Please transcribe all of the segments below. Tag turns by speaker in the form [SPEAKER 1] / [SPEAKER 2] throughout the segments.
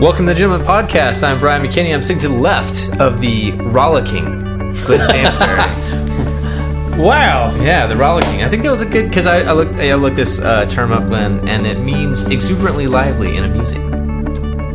[SPEAKER 1] Welcome to the Gentleman Podcast. I'm Brian McKinney. I'm sitting to the left of the rollicking Glenn Stansberry.
[SPEAKER 2] Wow.
[SPEAKER 1] yeah, the rollicking. I think that was a good because I, I looked I looked this uh, term up, Glenn, and it means exuberantly lively and amusing.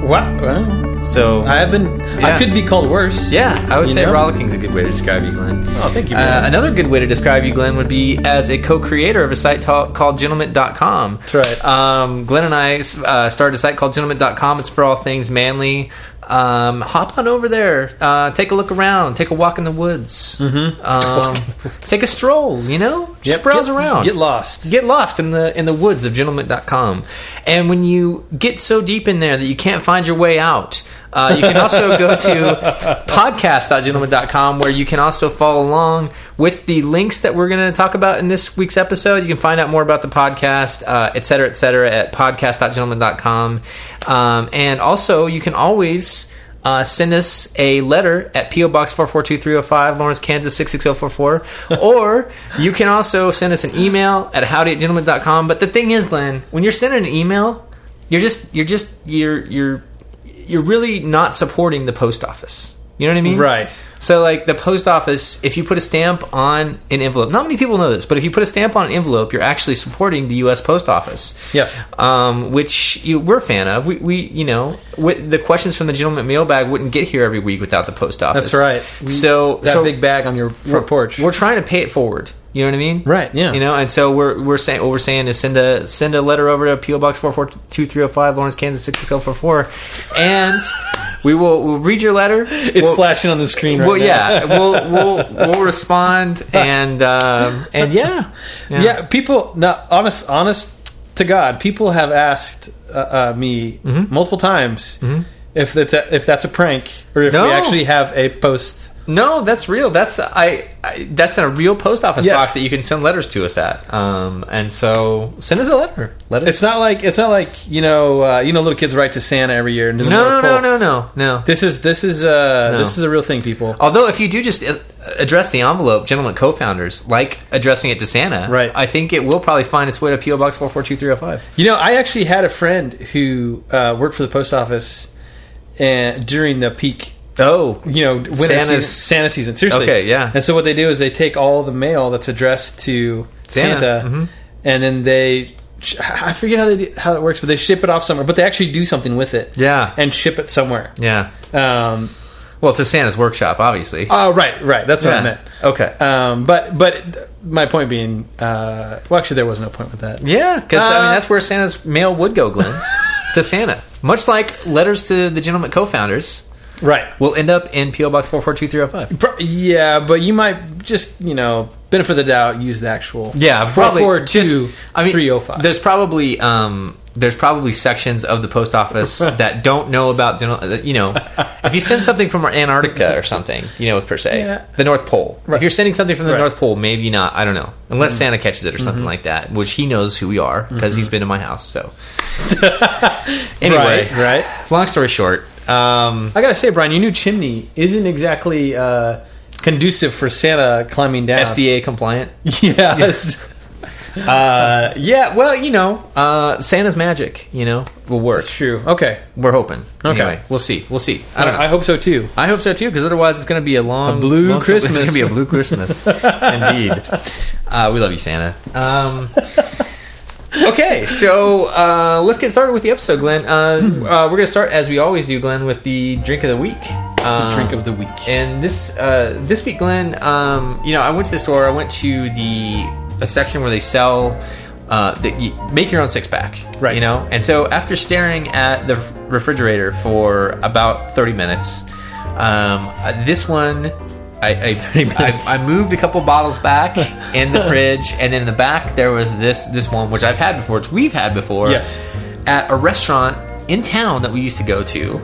[SPEAKER 2] Wow. Well,
[SPEAKER 1] So
[SPEAKER 2] I have been.
[SPEAKER 1] Yeah.
[SPEAKER 2] I could be called worse.
[SPEAKER 1] yeah, I would
[SPEAKER 2] You
[SPEAKER 1] say
[SPEAKER 2] know?
[SPEAKER 1] rollicking's a good way to describe you, Glenn.
[SPEAKER 2] Oh, thank you.
[SPEAKER 1] Uh,
[SPEAKER 2] man.
[SPEAKER 1] another good way to describe you, Glenn, would be as a co-creator of a site ta- called gentleman.com. That's
[SPEAKER 2] right.
[SPEAKER 1] Um, Glenn and I uh, started a site called gentleman.com. It's for all things manly. Um, hop on over there. Uh, take a look around. Take a walk in the woods. Mm-hmm. Um, take a stroll, you know? Just
[SPEAKER 2] Yep,
[SPEAKER 1] browse
[SPEAKER 2] get-
[SPEAKER 1] around.
[SPEAKER 2] Get lost.
[SPEAKER 1] Get lost in the in the woods of gentleman.com. And when you get so deep in there that you can't find your way out, uh, you can also go to podcast.gentleman.com where you can also follow along with the links that we're going to talk about in this week's episode. You can find out more about the podcast, uh, et cetera, et cetera, at podcast.gentleman.com. Um, and also, you can always. Uh, send us a letter at P.O. Box 442305, Lawrence, Kansas 66044. or you can also send us an email at howdy But the thing is, Glenn, when you're sending an email, you're just, you're just, you're, you're, you're really not supporting the post office. You know what I mean?
[SPEAKER 2] Right.
[SPEAKER 1] So, like the post office, if you put a stamp on an envelope, not many people know this, but if you put a stamp on an envelope, you're actually supporting the U.S. Post Office.
[SPEAKER 2] Yes.
[SPEAKER 1] Um, which you, we're a fan of. We, we you know, wi- the questions from the gentleman mailbag wouldn't get here every week without the post office.
[SPEAKER 2] That's right.
[SPEAKER 1] So,
[SPEAKER 2] That
[SPEAKER 1] so
[SPEAKER 2] big bag on your front porch.
[SPEAKER 1] we're trying to pay it forward. You know what I mean?
[SPEAKER 2] Right, yeah.
[SPEAKER 1] You know, and so we're we're saying what we're saying is send a send a letter over to PO Box four four two three zero five Lawrence Kansas six six zero four four, and we will we'll read your letter.
[SPEAKER 2] it's
[SPEAKER 1] We'll-
[SPEAKER 2] flashing on the screen right
[SPEAKER 1] well,
[SPEAKER 2] now.
[SPEAKER 1] yeah, we'll we'll we'll respond and um, and yeah,
[SPEAKER 2] yeah. People. Now, honest, honest to God, people have asked uh, uh, me
[SPEAKER 1] Mm-hmm.
[SPEAKER 2] multiple times if that's a, if that's a prank or if
[SPEAKER 1] No.
[SPEAKER 2] we actually have a post.
[SPEAKER 1] No, that's real. That's I, I that's a real post office
[SPEAKER 2] Yes.
[SPEAKER 1] box that you can send letters to us at. Um, and so send us a letter. Let us.
[SPEAKER 2] It's not like it's not like you know uh, you know little kids write to Santa every year. And do the
[SPEAKER 1] no,
[SPEAKER 2] North
[SPEAKER 1] no, no,
[SPEAKER 2] Pole.
[SPEAKER 1] no, no, no.
[SPEAKER 2] This is this is uh,
[SPEAKER 1] No.
[SPEAKER 2] this is a real thing, people.
[SPEAKER 1] Although, if you do just uh, address the envelope, gentlemen co-founders like addressing it to Santa,
[SPEAKER 2] Right.
[SPEAKER 1] I think it will probably find its way to PO Box four four two three zero five.
[SPEAKER 2] You know, I actually had a friend who uh, worked for the post office and, during the peak,
[SPEAKER 1] Oh,
[SPEAKER 2] you know, winter
[SPEAKER 1] Santa's-
[SPEAKER 2] season, Santa season. Seriously,
[SPEAKER 1] Okay, yeah.
[SPEAKER 2] And so what they do is they take all the mail that's addressed to
[SPEAKER 1] Santa,
[SPEAKER 2] Santa,
[SPEAKER 1] mhm.
[SPEAKER 2] and then they. I forget how they do, how it works, but they ship it off somewhere. But they actually do something with it,
[SPEAKER 1] Yeah.
[SPEAKER 2] and ship it somewhere.
[SPEAKER 1] yeah.
[SPEAKER 2] Um,
[SPEAKER 1] Well, to Santa's workshop, obviously.
[SPEAKER 2] oh, right, right. That's what
[SPEAKER 1] Yeah.
[SPEAKER 2] I meant.
[SPEAKER 1] Okay.
[SPEAKER 2] Um, but but my point being, uh, well, actually, there was no point with that.
[SPEAKER 1] Yeah, because I mean
[SPEAKER 2] Uh,
[SPEAKER 1] that's where Santa's mail would go, Glenn, to Santa. Much like letters to the gentleman co-founders
[SPEAKER 2] Right.
[SPEAKER 1] will end up in PO Box four four two three zero five.
[SPEAKER 2] Pro- yeah, but you might just you know benefit of the doubt use the actual
[SPEAKER 1] Yeah,
[SPEAKER 2] four
[SPEAKER 1] probably
[SPEAKER 2] four two
[SPEAKER 1] just- I mean,
[SPEAKER 2] three zero five.
[SPEAKER 1] There's probably um, there's probably sections of the post office that don't know about dental. that, You know, if you send something from Antarctica or something, you know, per se,
[SPEAKER 2] Yeah.
[SPEAKER 1] the North Pole. If
[SPEAKER 2] Right.
[SPEAKER 1] you're sending something from the
[SPEAKER 2] Right. Mm-hmm.
[SPEAKER 1] North Pole, maybe not. I don't know, unless Santa catches it or something like that, which he knows who we are because he's been to my house. So anyway,
[SPEAKER 2] right, right.
[SPEAKER 1] long story short. Um,
[SPEAKER 2] I gotta say, Brian, your new chimney isn't exactly uh, conducive for Santa climbing down.
[SPEAKER 1] SDA compliant.
[SPEAKER 2] Yes.
[SPEAKER 1] Uh, yeah, well, you know, uh, Santa's magic, you know, will work.
[SPEAKER 2] That's true. Okay.
[SPEAKER 1] We're hoping.
[SPEAKER 2] Okay.
[SPEAKER 1] Anyway, we'll see. We'll see. I
[SPEAKER 2] I,
[SPEAKER 1] don't know.
[SPEAKER 2] hope so too.
[SPEAKER 1] I hope so too, because otherwise it's going to be a long,
[SPEAKER 2] blue
[SPEAKER 1] long-
[SPEAKER 2] Christmas.
[SPEAKER 1] It's going to be a blue Christmas, indeed. Uh, we love you, Santa. Um, okay, so uh, let's get started with the episode, Glenn. Uh, uh, we're going to start as we always do, Glenn, with the drink of the week. Um,
[SPEAKER 2] Drink of the week.
[SPEAKER 1] and this uh, this week, Glenn, um, you know, I went to the store. I went to the a section where they sell uh, that you make your own six pack,
[SPEAKER 2] Right.
[SPEAKER 1] You know, and so after staring at the refrigerator for about thirty minutes, um, uh, this one. I, I,
[SPEAKER 2] minutes.
[SPEAKER 1] I, I moved a couple bottles back in the fridge, and then in the back there was this this one which I've had before, which we've had before,
[SPEAKER 2] Yes.
[SPEAKER 1] at a restaurant in town that we used to go to,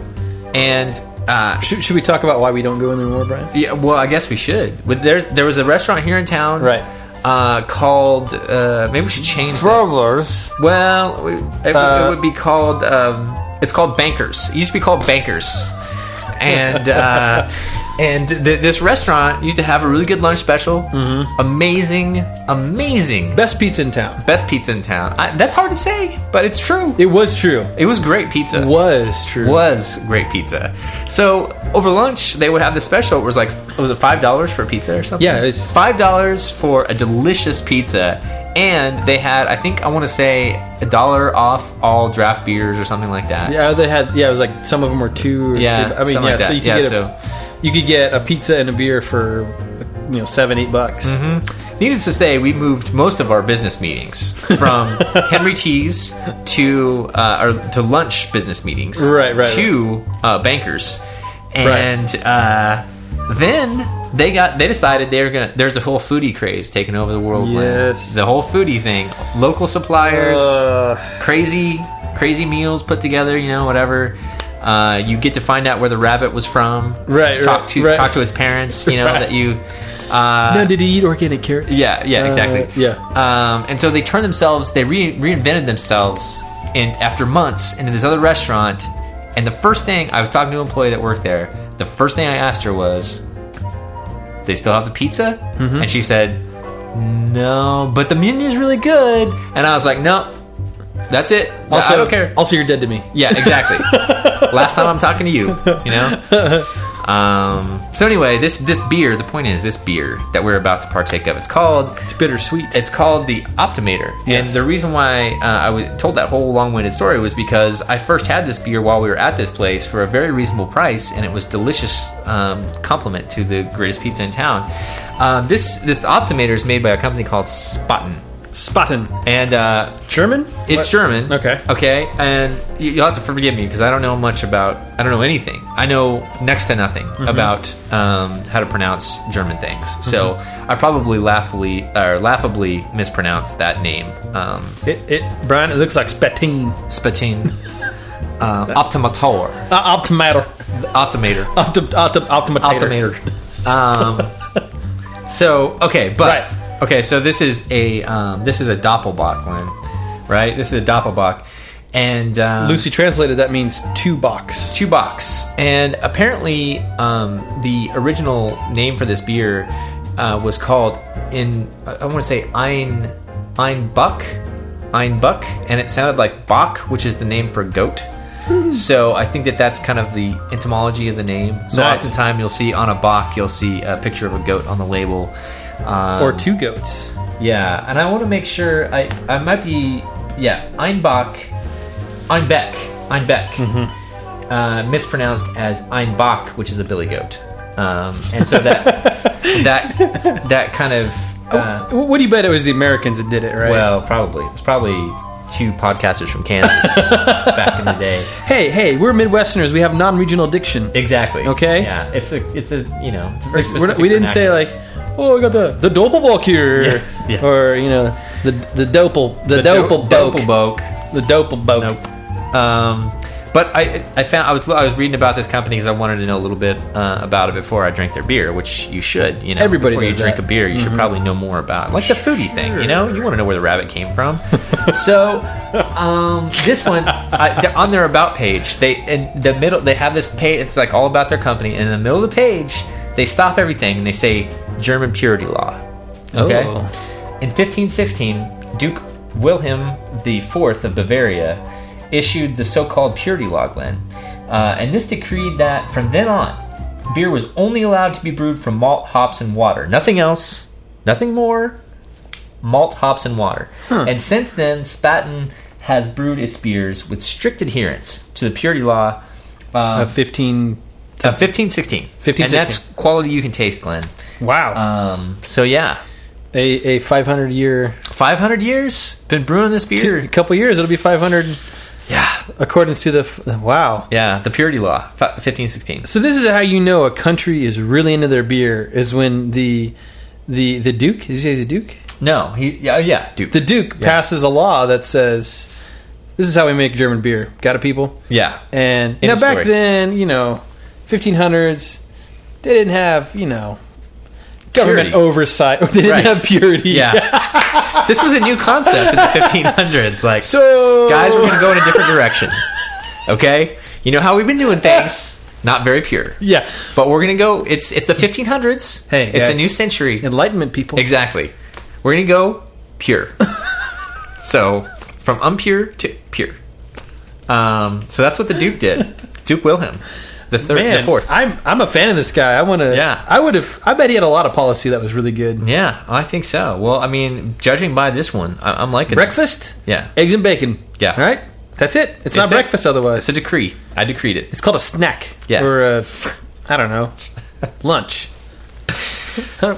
[SPEAKER 1] and Uh,
[SPEAKER 2] Should, should we talk about why we don't go in there more, Brian?
[SPEAKER 1] yeah, well, I guess we should. But there, there was a restaurant here in town,
[SPEAKER 2] Right.
[SPEAKER 1] Uh, called uh, maybe we should change. that.
[SPEAKER 2] Rollers.
[SPEAKER 1] Well, we- it,
[SPEAKER 2] Uh,
[SPEAKER 1] it would be called. Um, it's called Bankers. It used to be called Bankers, and uh, and th- this restaurant used to have a really good lunch special.
[SPEAKER 2] Mm-hmm.
[SPEAKER 1] Amazing, amazing,
[SPEAKER 2] Best pizza in town.
[SPEAKER 1] best pizza in town. I, that's hard to say, but it's true. It,
[SPEAKER 2] It was true.
[SPEAKER 1] was great pizza.
[SPEAKER 2] Was true.
[SPEAKER 1] Was great pizza. So over lunch they would have the special. It was like was it five dollars for a pizza or something?
[SPEAKER 2] Yeah, it was-
[SPEAKER 1] five dollars for a delicious pizza, and they had I think I want to say a dollar off all draft beers or something like that.
[SPEAKER 2] Yeah, they had. Yeah, it was like some of them were two. Or
[SPEAKER 1] Yeah,
[SPEAKER 2] two, I mean, yeah.
[SPEAKER 1] something like
[SPEAKER 2] so
[SPEAKER 1] that.
[SPEAKER 2] you could
[SPEAKER 1] Yeah,
[SPEAKER 2] get
[SPEAKER 1] so-
[SPEAKER 2] a, you could get a pizza and a beer for you know seven, eight bucks.
[SPEAKER 1] Needless to say, we moved most of our business meetings from Henry T's to uh, or to lunch business meetings,
[SPEAKER 2] Right, right,
[SPEAKER 1] to Uh, bankers, and uh, then they got they decided they were gonna. There's a whole foodie craze taking over the world. when
[SPEAKER 2] Yes.
[SPEAKER 1] the whole foodie thing, local suppliers,
[SPEAKER 2] Uh,
[SPEAKER 1] crazy crazy meals put together. You know, whatever. Uh, you get to find out where the rabbit was from.
[SPEAKER 2] Right,
[SPEAKER 1] Talk
[SPEAKER 2] right,
[SPEAKER 1] to
[SPEAKER 2] right.
[SPEAKER 1] talk to its parents. You know
[SPEAKER 2] Right.
[SPEAKER 1] that you. Uh,
[SPEAKER 2] now, did he eat organic carrots?
[SPEAKER 1] yeah, yeah,
[SPEAKER 2] Uh,
[SPEAKER 1] exactly.
[SPEAKER 2] yeah.
[SPEAKER 1] Um, and so they turned themselves, they re- reinvented themselves, and after months into this other restaurant. And the first thing I was talking to an employee that worked there, the first thing I asked her was, "They still have the pizza?"
[SPEAKER 2] Mm-hmm.
[SPEAKER 1] And she said, "No, but the menu is really good." And I was like, "No, that's it.
[SPEAKER 2] Also,
[SPEAKER 1] I don't care."
[SPEAKER 2] Also, you're dead to me.
[SPEAKER 1] Yeah, exactly. Last time I'm talking to you, you know. Um, so anyway, this this beer. The point is, this beer that we're about to partake of. It's called
[SPEAKER 2] It's bittersweet.
[SPEAKER 1] it's called the Optimator.
[SPEAKER 2] Yes.
[SPEAKER 1] And the reason why uh, I was told that whole long-winded story was because I first had this beer while we were at this place for a very reasonable price, and it was delicious um, compliment to the greatest pizza in town. Um, this this Optimator is made by a company called Spaten,
[SPEAKER 2] Spaten.
[SPEAKER 1] and uh,
[SPEAKER 2] German?
[SPEAKER 1] it's
[SPEAKER 2] What?
[SPEAKER 1] German.
[SPEAKER 2] Okay.
[SPEAKER 1] Okay. And you- you'll have to forgive me because I don't know much about. I don't know anything. I know next to nothing
[SPEAKER 2] Mm-hmm.
[SPEAKER 1] about um, how to pronounce German things. So I probably laughably or laughably mispronounced that name. Um,
[SPEAKER 2] It, it, Brian, it looks like Spatine.
[SPEAKER 1] Spatin. Uh, optimator.
[SPEAKER 2] Uh, optimator.
[SPEAKER 1] Optimator.
[SPEAKER 2] Optim, optim, optimator.
[SPEAKER 1] Optimator. Um, so okay, but
[SPEAKER 2] Right.
[SPEAKER 1] okay, so this is a um, this is a doppelbock one, right? This is a doppelbock, and um,
[SPEAKER 2] Lucy translated that means two box.
[SPEAKER 1] two box. And apparently, um, the original name for this beer uh, was called in I want to say Ein Ein Buck, Ein Buck, and it sounded like Bach, which is the name for goat.
[SPEAKER 2] Hmm.
[SPEAKER 1] So I think that that's kind of the etymology of the name. So
[SPEAKER 2] Nice.
[SPEAKER 1] oftentimes you'll see on a Bach, you'll see a picture of a goat on the label. Um,
[SPEAKER 2] Or two goats.
[SPEAKER 1] yeah, and I want to make sure I I might be yeah Einbach, Einbeck, Einbeck,
[SPEAKER 2] Mm-hmm.
[SPEAKER 1] uh, mispronounced as Einbach, which is a billy goat, um, and so that that that kind of uh,
[SPEAKER 2] Wh- what do you bet it was the Americans that did it, right?
[SPEAKER 1] well probably it's probably two podcasters from Kansas back in the day
[SPEAKER 2] hey, hey, we're Midwesterners. We have non-regional diction.
[SPEAKER 1] exactly
[SPEAKER 2] Okay.
[SPEAKER 1] yeah it's a it's a you know it's a very
[SPEAKER 2] We're not-
[SPEAKER 1] specific
[SPEAKER 2] we didn't say
[SPEAKER 1] vernacular.
[SPEAKER 2] like, oh, we got the the doppelbock here,
[SPEAKER 1] Yeah, yeah.
[SPEAKER 2] or you know, the the doppel the,
[SPEAKER 1] Do-
[SPEAKER 2] doppelbock
[SPEAKER 1] doppelbock.
[SPEAKER 2] the doppelbock.
[SPEAKER 1] Nope. Um, but I, I found I was I was reading about this company because I wanted to know a little bit uh, about it before I drank their beer, which you should. You know,
[SPEAKER 2] Everybody
[SPEAKER 1] before you
[SPEAKER 2] knows
[SPEAKER 1] drink
[SPEAKER 2] that. Mm-hmm.
[SPEAKER 1] a beer, you should probably know more about like the foodie thing. You know, you want to know where the rabbit came from. so um, this one I, they're on their about page, they in the middle they have this page. It's like all about their company, and in the middle of the page, they stop everything and they say German purity law. Okay.
[SPEAKER 2] Oh.
[SPEAKER 1] In 1516, Duke Wilhelm IV of Bavaria issued the so called Purity Law, Glenn. Uh, and this decreed that from then on, beer was only allowed to be brewed from malt, hops, and water. Nothing else, nothing more. Malt, hops, and water. And since then, Spaten has brewed its beers with strict adherence to the Purity Law
[SPEAKER 2] Uh, Fifteen.
[SPEAKER 1] of 1516.
[SPEAKER 2] 15,
[SPEAKER 1] and that's quality you can taste, Glenn.
[SPEAKER 2] Wow.
[SPEAKER 1] Um, so, yeah.
[SPEAKER 2] uh, a a five hundred year.
[SPEAKER 1] 500 years been brewing this beer.
[SPEAKER 2] A couple years, it'll be five hundred
[SPEAKER 1] Yeah,
[SPEAKER 2] according to the. f- Wow.
[SPEAKER 1] yeah. The purity law, fi- fifteen sixteen.
[SPEAKER 2] So this is how you know a country is really into their beer is when the the the duke is he the duke
[SPEAKER 1] No, he. Yeah, oh, yeah. Dude.
[SPEAKER 2] the duke passes a law that says this is how we make German beer. Got it, people.
[SPEAKER 1] yeah.
[SPEAKER 2] And
[SPEAKER 1] End
[SPEAKER 2] now
[SPEAKER 1] of
[SPEAKER 2] back
[SPEAKER 1] story.
[SPEAKER 2] then, you know, 1500s, they didn't have you know government
[SPEAKER 1] Purity.
[SPEAKER 2] oversight. They didn't
[SPEAKER 1] Right.
[SPEAKER 2] have purity.
[SPEAKER 1] Yeah. this was a new concept in the 1500s. Like,
[SPEAKER 2] So
[SPEAKER 1] guys, we're going to go in a different direction. Okay? You know how we've been doing things? Not very pure.
[SPEAKER 2] yeah,
[SPEAKER 1] But we're going to go. It's it's the 1500s.
[SPEAKER 2] Hey,
[SPEAKER 1] it's a
[SPEAKER 2] guys.
[SPEAKER 1] new century.
[SPEAKER 2] enlightenment people.
[SPEAKER 1] Exactly. We're going to go pure. so, from unpure to pure. Um, so that's what the Duke did. Duke Wilhelm, the third,
[SPEAKER 2] Man,
[SPEAKER 1] the fourth.
[SPEAKER 2] I'm I'm a fan of this guy. I want to.
[SPEAKER 1] Yeah.
[SPEAKER 2] I would have. I bet he had a lot of policy that was really good.
[SPEAKER 1] yeah, I think so. Well, I mean, judging by this one, I- I'm liking it.
[SPEAKER 2] Breakfast.
[SPEAKER 1] Yeah.
[SPEAKER 2] Eggs and bacon.
[SPEAKER 1] Yeah.
[SPEAKER 2] All right. That's it. It's, not
[SPEAKER 1] It's it.
[SPEAKER 2] breakfast otherwise.
[SPEAKER 1] It's a decree. I decreed it.
[SPEAKER 2] It's called a snack.
[SPEAKER 1] Yeah.
[SPEAKER 2] Or a, I don't know, lunch.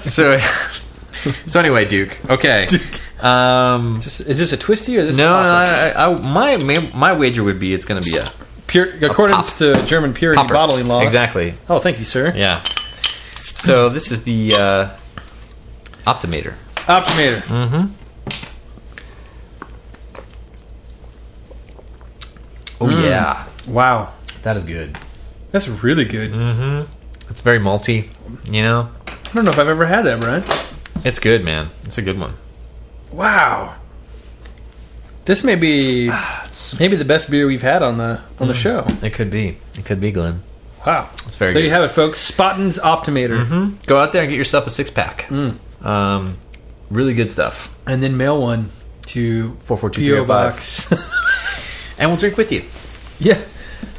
[SPEAKER 1] So, so anyway, Duke. Okay. Duke. Um,
[SPEAKER 2] Just- Is this a twisty or this?
[SPEAKER 1] no, no,
[SPEAKER 2] a popper?
[SPEAKER 1] I, I, my my- my wager would be it's going to be a
[SPEAKER 2] Pure, according
[SPEAKER 1] pop.
[SPEAKER 2] to German purity
[SPEAKER 1] popper.
[SPEAKER 2] bottling laws.
[SPEAKER 1] Exactly.
[SPEAKER 2] Oh, thank you, sir.
[SPEAKER 1] Yeah. So this is the uh, optimator.
[SPEAKER 2] Optimator.
[SPEAKER 1] Mm.
[SPEAKER 2] Mm-hmm.
[SPEAKER 1] Oh
[SPEAKER 2] Hmm.
[SPEAKER 1] yeah,
[SPEAKER 2] Wow,
[SPEAKER 1] that is good.
[SPEAKER 2] that's really good.
[SPEAKER 1] Mm. It's very malty. You know,
[SPEAKER 2] I don't know if I've ever had that, Brian.
[SPEAKER 1] it's good, man. It's a good one.
[SPEAKER 2] Wow. This may be maybe the best beer we've had on the
[SPEAKER 1] Mm.
[SPEAKER 2] on the show.
[SPEAKER 1] It could be. It could be, Glenn.
[SPEAKER 2] Wow,
[SPEAKER 1] It's very
[SPEAKER 2] There
[SPEAKER 1] good.
[SPEAKER 2] you have it, folks. Spotten's Optimator,
[SPEAKER 1] Go out there and get yourself a six pack.
[SPEAKER 2] Hmm.
[SPEAKER 1] Um, really good stuff.
[SPEAKER 2] and then mail one to
[SPEAKER 1] 442-305.
[SPEAKER 2] PO Box.
[SPEAKER 1] And we'll drink with you.
[SPEAKER 2] yeah,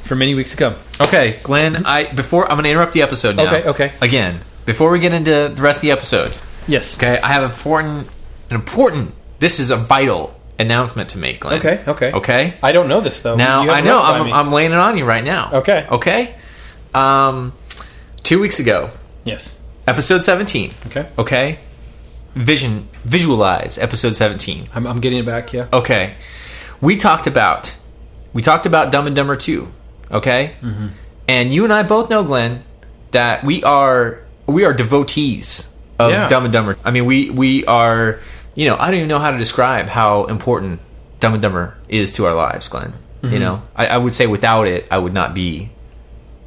[SPEAKER 2] for many weeks to come.
[SPEAKER 1] Okay, Glenn. I before I'm going to interrupt the episode now.
[SPEAKER 2] Okay, okay.
[SPEAKER 1] Again, before we get into the rest of the episode,
[SPEAKER 2] Yes.
[SPEAKER 1] okay, I have important, an important. This is a vital announcement to make, Glenn.
[SPEAKER 2] Okay, okay.
[SPEAKER 1] okay.
[SPEAKER 2] I don't know this though.
[SPEAKER 1] Now
[SPEAKER 2] You
[SPEAKER 1] I
[SPEAKER 2] haven't
[SPEAKER 1] know
[SPEAKER 2] run by
[SPEAKER 1] I'm,
[SPEAKER 2] me.
[SPEAKER 1] I'm laying it on you right now.
[SPEAKER 2] Okay.
[SPEAKER 1] okay. Um, two weeks ago,
[SPEAKER 2] yes.
[SPEAKER 1] episode 17.
[SPEAKER 2] Okay.
[SPEAKER 1] Okay. Vision, visualize episode 17.
[SPEAKER 2] I'm, I'm getting it back. Yeah.
[SPEAKER 1] Okay. We talked about we talked about Dumb and Dumber 2, okay? And you and I both know Glenn that we are we are devotees of
[SPEAKER 2] Yeah.
[SPEAKER 1] Dumb and Dumber. I mean, we we are, you know, I don't even know how to describe how important Dumb and Dumber is to our lives, Glenn. You know, I, I would say without it, I would not be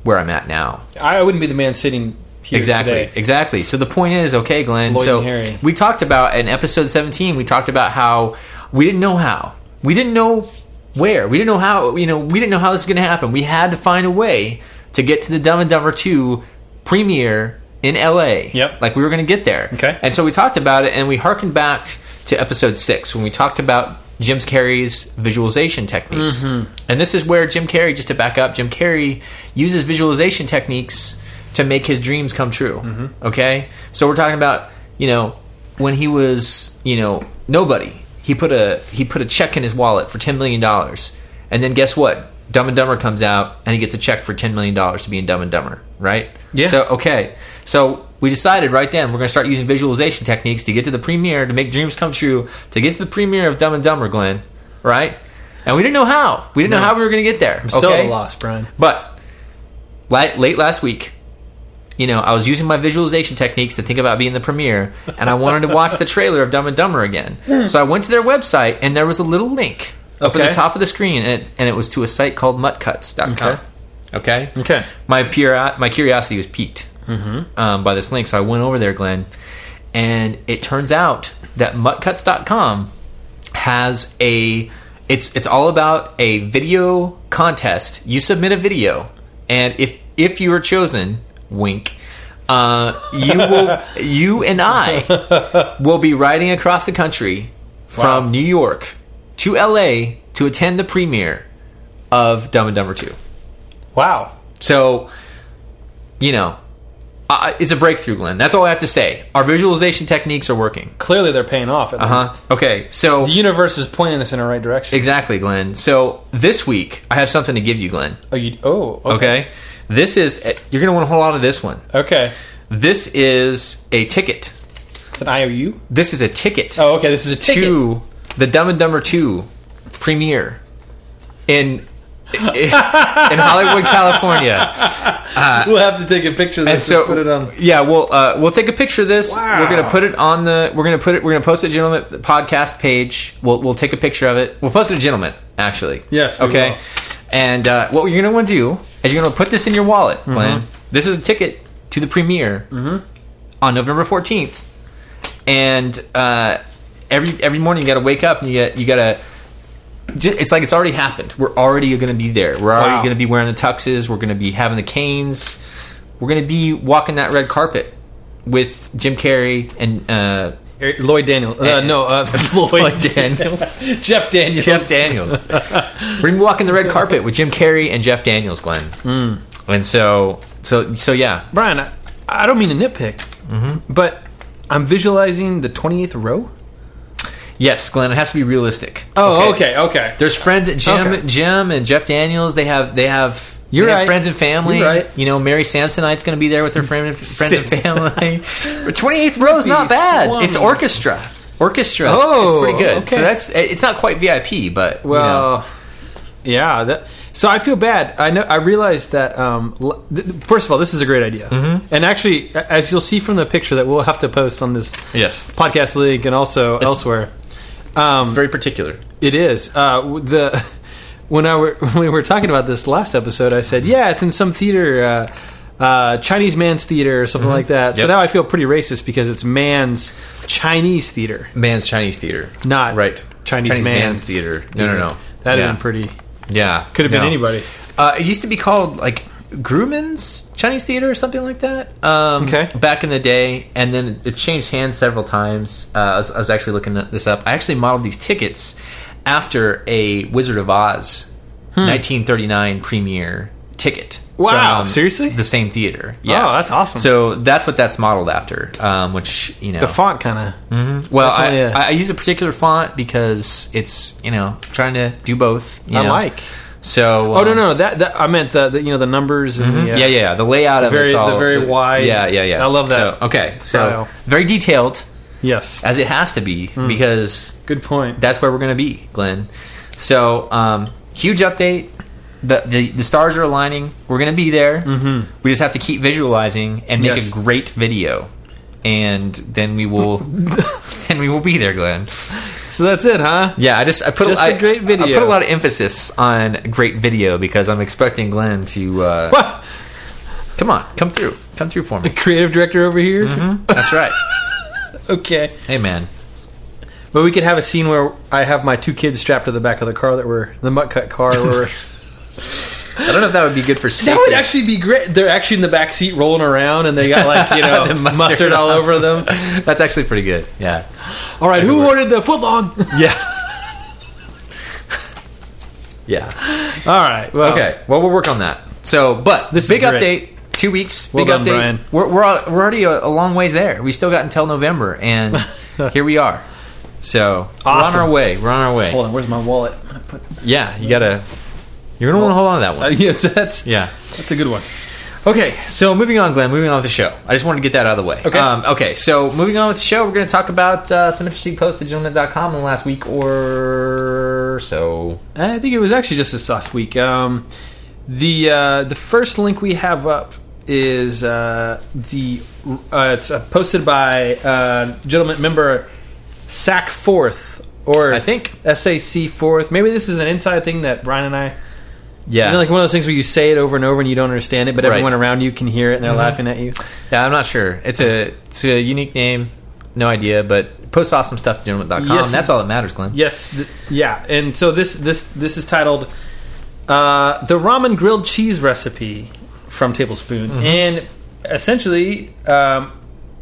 [SPEAKER 1] where I'm at now.
[SPEAKER 2] I wouldn't be the man sitting here
[SPEAKER 1] Exactly.
[SPEAKER 2] today.
[SPEAKER 1] Exactly. So the point is, okay, Glenn.
[SPEAKER 2] Lloyd
[SPEAKER 1] so
[SPEAKER 2] and Harry.
[SPEAKER 1] we talked about in episode 17. We talked about how we didn't know how. We didn't know where. We didn't know how. You know, we didn't know how this was going to happen. We had to find a way to get to the Dumb and Dumber 2 premiere in LA.
[SPEAKER 2] Yep.
[SPEAKER 1] Like we were going to get there.
[SPEAKER 2] Okay.
[SPEAKER 1] And so we talked about it, and we harkened back to episode six when we talked about. Jim Carrey's visualization techniques. And this is where Jim Carrey, just to back up, Jim Carrey uses visualization techniques to make his dreams come true. Okay, so we're talking about you know when he was you know nobody, he put a he put a check in his wallet for ten million dollars, and then guess what? Dumb and Dumber comes out and he gets a check for ten million dollars to be in Dumb and Dumber, right?
[SPEAKER 2] Yeah.
[SPEAKER 1] So okay, so we decided right then we're going to start using visualization techniques to get to the premiere to make dreams come true to get to the premiere of Dumb and Dumber, Glenn, right? And we didn't know how. We didn't know how we were going to get there. I'm
[SPEAKER 2] Still at a loss, Brian.
[SPEAKER 1] but late, late last week, you know, I was using my visualization techniques to think about being the premiere, and I wanted to watch the trailer of Dumb and Dumber again. So I went to their website, and there was a little link up at
[SPEAKER 2] Okay.
[SPEAKER 1] the top of the screen, and it, and it was to a site called muttcuts.com. Okay.
[SPEAKER 2] Okay.
[SPEAKER 1] My pure, my curiosity was piqued um, by this link, so I went over there, Glenn, and it turns out that muttcuts.com has a it's it's all about a video contest. You submit a video, and if if you are chosen, wink, uh, you will you and I will be riding across the country from New York to L.A. to attend the premiere of Dumb and Dumber Two.
[SPEAKER 2] Wow.
[SPEAKER 1] So, you know, I, it's a breakthrough, Glenn. That's all I have to say. Our visualization techniques are working.
[SPEAKER 2] Clearly, they're paying off. At
[SPEAKER 1] Huh?
[SPEAKER 2] least
[SPEAKER 1] Okay, so
[SPEAKER 2] the universe is pointing us in the right direction.
[SPEAKER 1] exactly, Glenn. So this week I have something to give you, Glenn.
[SPEAKER 2] oh, you, oh. Okay.
[SPEAKER 1] Okay, this is you're gonna want to hold on to this one.
[SPEAKER 2] okay.
[SPEAKER 1] This is a ticket.
[SPEAKER 2] It's an IOU.
[SPEAKER 1] This is a ticket
[SPEAKER 2] Oh, okay. This is a ticket.
[SPEAKER 1] to the Dumb and Dumber Two premiere in. in Hollywood, California.
[SPEAKER 2] We'll have to take a picture of this
[SPEAKER 1] and so
[SPEAKER 2] put it on.
[SPEAKER 1] Yeah, we'll uh, we'll take a picture of this.
[SPEAKER 2] Wow.
[SPEAKER 1] We're gonna put it on the. We're gonna put it. We're gonna post it, to gentlemen. The podcast page. We'll we'll take a picture of it. We'll post it, to gentlemen. Actually,
[SPEAKER 2] Yes, we
[SPEAKER 1] Okay.
[SPEAKER 2] will.
[SPEAKER 1] And uh, what you're gonna want to do is you're going to put this in your wallet,
[SPEAKER 2] Mm-hmm.
[SPEAKER 1] Glenn. This is a ticket to the premiere on November 14th. And uh, every every morning you got to wake up and you got you got to ju- it's like it's already happened. We're already going to be there. We're already
[SPEAKER 2] Wow.
[SPEAKER 1] going to be wearing the tuxes. We're going to be having the canes. We're going to be walking that red carpet with Jim Carrey and uh,
[SPEAKER 2] Er- Lloyd Daniels. Uh, no, uh, Lloyd
[SPEAKER 1] Lloyd Daniels.
[SPEAKER 2] Jeff Daniels.
[SPEAKER 1] Jeff Daniels. We're gonna be walking the red carpet with Jim Carrey and Jeff Daniels, Glenn.
[SPEAKER 2] Hmm.
[SPEAKER 1] And so, so, so yeah.
[SPEAKER 2] Brian, I, I don't mean to nitpick, but I'm visualizing the 28th row.
[SPEAKER 1] Yes, Glenn. It has to be realistic.
[SPEAKER 2] Oh, okay.
[SPEAKER 1] There's friends at Jim,
[SPEAKER 2] Okay.
[SPEAKER 1] Jim and Jeff Daniels. They have they have
[SPEAKER 2] You're
[SPEAKER 1] they have
[SPEAKER 2] right.
[SPEAKER 1] friends and family.
[SPEAKER 2] You're right.
[SPEAKER 1] You know, Mary Samsonite's going to be there with her friend, friends and
[SPEAKER 2] Samson-
[SPEAKER 1] family. Twenty eighth row is not bad.
[SPEAKER 2] Swami.
[SPEAKER 1] It's orchestra. Orchestra.
[SPEAKER 2] Oh,
[SPEAKER 1] it's pretty good.
[SPEAKER 2] okay.
[SPEAKER 1] So that's it's not quite VIP, but you know.
[SPEAKER 2] Well, yeah. That, so I feel bad. I know. I realized that. Um, l- th- th- first of all, this is a great idea, and actually, a- as you'll see from the picture that we'll have to post on this
[SPEAKER 1] yes,
[SPEAKER 2] podcast link and also elsewhere, um,
[SPEAKER 1] it's very particular.
[SPEAKER 2] it is uh, w- the. When I were when we were talking about this last episode, I said, "Yeah, it's in some theater, uh, uh, Chinese man's theater or something like that."
[SPEAKER 1] Mm-hmm.
[SPEAKER 2] So
[SPEAKER 1] Yep.
[SPEAKER 2] now I feel pretty racist because it's man's Chinese theater,
[SPEAKER 1] Man's Chinese theater,
[SPEAKER 2] not
[SPEAKER 1] right
[SPEAKER 2] Chinese, man's,
[SPEAKER 1] theater. No, no, no.
[SPEAKER 2] That
[SPEAKER 1] yeah.
[SPEAKER 2] would been pretty.
[SPEAKER 1] Yeah,
[SPEAKER 2] Could have been
[SPEAKER 1] No.
[SPEAKER 2] anybody.
[SPEAKER 1] Uh, it used to be called like Grumman's Chinese Theater or something like that. Um,
[SPEAKER 2] Okay.
[SPEAKER 1] Back in the day, and then it changed hands several times. Uh, I, was, I was actually looking at this up. I actually modeled these tickets after a Wizard of Oz 1939 premiere ticket.
[SPEAKER 2] Hmm. Wow,
[SPEAKER 1] from
[SPEAKER 2] seriously? Oh,
[SPEAKER 1] The same theater. Yeah.
[SPEAKER 2] that's awesome.
[SPEAKER 1] So that's what that's modeled after. Um, which you know,
[SPEAKER 2] The font kind of.
[SPEAKER 1] well, I,
[SPEAKER 2] Definitely,
[SPEAKER 1] I, I use a particular font because it's you know trying to do both. You
[SPEAKER 2] I
[SPEAKER 1] know?
[SPEAKER 2] like.
[SPEAKER 1] So.
[SPEAKER 2] Oh no
[SPEAKER 1] um, Mm-hmm.
[SPEAKER 2] no that, that I meant the, the you know the numbers and the, uh,
[SPEAKER 1] Yeah, yeah, yeah. The layout of
[SPEAKER 2] Very-
[SPEAKER 1] it's all,
[SPEAKER 2] the very wide-
[SPEAKER 1] Yeah, yeah, yeah.
[SPEAKER 2] I love that
[SPEAKER 1] So, okay,
[SPEAKER 2] style. Hmm.
[SPEAKER 1] so very detailed
[SPEAKER 2] yes
[SPEAKER 1] as it has to be because
[SPEAKER 2] good point
[SPEAKER 1] that's where we're going to be, Glenn. So um, huge update. The, the the stars are aligning. We're going to be there. Mm-hmm. We just have to keep visualizing and make
[SPEAKER 2] Yes.
[SPEAKER 1] a great video, and then we will then we will be there, Glenn.
[SPEAKER 2] so that's it huh
[SPEAKER 1] Yeah, I just I put
[SPEAKER 2] Just
[SPEAKER 1] a
[SPEAKER 2] a great video.
[SPEAKER 1] I put a lot of emphasis on great video because I'm expecting Glenn to uh,
[SPEAKER 2] What?
[SPEAKER 1] come on, come through, come through for me.
[SPEAKER 2] creative director over here
[SPEAKER 1] That's right.
[SPEAKER 2] okay
[SPEAKER 1] Hey man,
[SPEAKER 2] but we could have a scene where I have my two kids strapped to the back of the car that were the mutt cut car where
[SPEAKER 1] I don't know if that would be good for safety.
[SPEAKER 2] that would actually be great they're actually in the back seat rolling around and they got like you know
[SPEAKER 1] The
[SPEAKER 2] mustard,
[SPEAKER 1] mustard
[SPEAKER 2] all
[SPEAKER 1] on.
[SPEAKER 2] over them
[SPEAKER 1] That's actually pretty good. Yeah.
[SPEAKER 2] all right who
[SPEAKER 1] would work.
[SPEAKER 2] ordered the footlong
[SPEAKER 1] Yeah. yeah.
[SPEAKER 2] all right well
[SPEAKER 1] Okay. Well, we'll work on that. So, but
[SPEAKER 2] This is
[SPEAKER 1] this big
[SPEAKER 2] great.
[SPEAKER 1] update. Two weeks.
[SPEAKER 2] Well
[SPEAKER 1] big
[SPEAKER 2] done,
[SPEAKER 1] update.
[SPEAKER 2] Brian.
[SPEAKER 1] We're we're, al- we're already a, a long ways there. We still got until November, and here we are. So
[SPEAKER 2] Awesome.
[SPEAKER 1] we're on our way. We're on our way.
[SPEAKER 2] hold on where's my wallet
[SPEAKER 1] Yeah. You gotta. You're gonna want to hold on to that
[SPEAKER 2] uh,
[SPEAKER 1] one.
[SPEAKER 2] yes that's
[SPEAKER 1] yeah.
[SPEAKER 2] that's a good one
[SPEAKER 1] Okay, so moving on, Glenn. Moving on with the show. I just wanted to get that out of the way.
[SPEAKER 2] Okay.
[SPEAKER 1] Um, okay. So moving on with the show, we're going to talk about uh, some interesting posts at gentleman.com in the last week or so.
[SPEAKER 2] I think it was actually just this last week. Um, the uh, the first link we have up is uh, the uh, it's uh, posted by uh, gentleman member Sack Forth or
[SPEAKER 1] I think.
[SPEAKER 2] SAC Forth. Maybe this is an inside thing that Brian and I.
[SPEAKER 1] Yeah.
[SPEAKER 2] You know, like one of those things where you say it over and over and you don't understand it, but
[SPEAKER 1] Right. Mm-hmm.
[SPEAKER 2] everyone around you can hear it and they're laughing at you.
[SPEAKER 1] yeah, I'm not sure. It's a it's a unique name. No idea, but post awesome stuff to gentleman.com.
[SPEAKER 2] Yes.
[SPEAKER 1] That's all that matters, Glenn.
[SPEAKER 2] Yes, th- yeah, and so this this this is titled uh, "The Ramen Grilled Cheese Recipe" from Tablespoon, and essentially, um,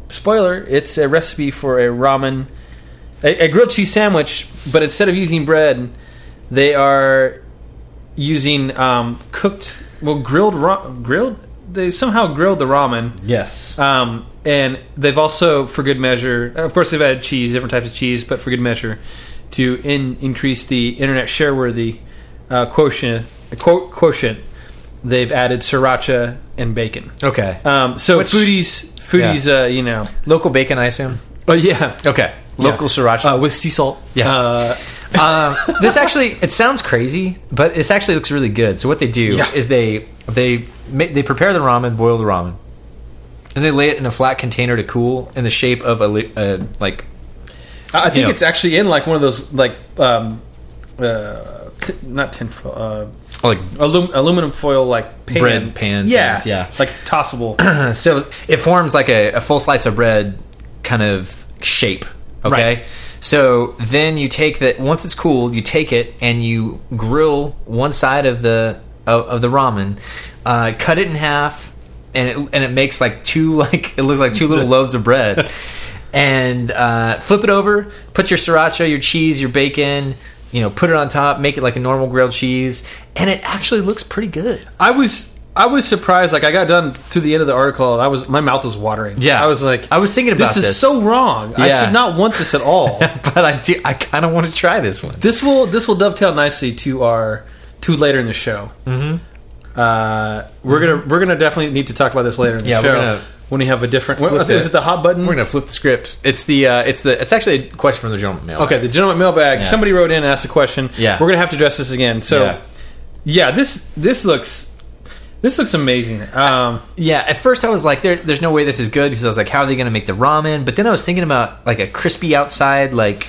[SPEAKER 2] spoiler, it's a recipe for a ramen, a, a grilled cheese sandwich, but instead of using bread, they are using um, cooked, well, grilled ra- grilled. They somehow grilled the ramen.
[SPEAKER 1] Yes.
[SPEAKER 2] Um, and they've also, for good measure, of course, they've added cheese, different types of cheese, but for good measure, to in, increase the internet shareworthy uh, quotient, quote, quotient, they've added sriracha and bacon.
[SPEAKER 1] okay.
[SPEAKER 2] Um, so
[SPEAKER 1] Which-
[SPEAKER 2] foodies, foodies, uh, you know,
[SPEAKER 1] Uh, Local bacon, I assume.
[SPEAKER 2] oh yeah,
[SPEAKER 1] Okay. Local
[SPEAKER 2] Yeah.
[SPEAKER 1] sriracha.
[SPEAKER 2] uh, with sea salt.
[SPEAKER 1] Yeah.
[SPEAKER 2] uh,
[SPEAKER 1] um, this actually it sounds crazy, but this actually looks really good. So what they do
[SPEAKER 2] Yeah.
[SPEAKER 1] is they they ma- they prepare the ramen, boil the ramen, and they lay it in a flat container to cool in the shape of a, li- a like
[SPEAKER 2] I I think
[SPEAKER 1] Yeah.
[SPEAKER 2] it's actually in like one of those like um, uh, t- not tinfoil, uh,
[SPEAKER 1] Like
[SPEAKER 2] Alum- aluminum foil like pan.
[SPEAKER 1] Bread pan
[SPEAKER 2] Yeah,
[SPEAKER 1] things, yeah.
[SPEAKER 2] like tossable.
[SPEAKER 1] so it forms like a, a full slice of bread kind of shape okay
[SPEAKER 2] Right.
[SPEAKER 1] so then you take that once it's cool you take it and you grill one side of the of, of the ramen uh, cut it in half and it, and it makes like two like it looks like two little loaves of bread and uh, flip it over put your sriracha your cheese your bacon you know put it on top make it like a normal grilled cheese and it actually looks pretty good
[SPEAKER 2] I was I was surprised. Like I got done through the end of the article, and I was my mouth was watering.
[SPEAKER 1] Yeah.
[SPEAKER 2] I was like,
[SPEAKER 1] I was thinking about
[SPEAKER 2] this
[SPEAKER 1] this.
[SPEAKER 2] is so wrong. I
[SPEAKER 1] Yeah.
[SPEAKER 2] should not want this at all.
[SPEAKER 1] but i do i kind of want to try this one
[SPEAKER 2] this will this will dovetail nicely to our to later in the show. Mm-hmm. Uh, we're gonna we're gonna definitely need to talk about this later in the
[SPEAKER 1] Mm-hmm. Yeah, we're
[SPEAKER 2] show
[SPEAKER 1] gonna
[SPEAKER 2] when we have a different.
[SPEAKER 1] flip
[SPEAKER 2] is
[SPEAKER 1] it.
[SPEAKER 2] it the hot button?
[SPEAKER 1] We're gonna flip the script. It's the uh, it's the it's actually a question from the gentleman mail.
[SPEAKER 2] Okay, the gentleman mailbag.
[SPEAKER 1] Yeah.
[SPEAKER 2] Somebody wrote in and asked a question.
[SPEAKER 1] Yeah.
[SPEAKER 2] we're gonna have to address this again. So,
[SPEAKER 1] Yeah.
[SPEAKER 2] yeah, this this looks this looks amazing. Um,
[SPEAKER 1] Yeah. At first, I was like, there, there's no way this is good because I was like, how are they gonna make the ramen? But then I was thinking about like a crispy outside, like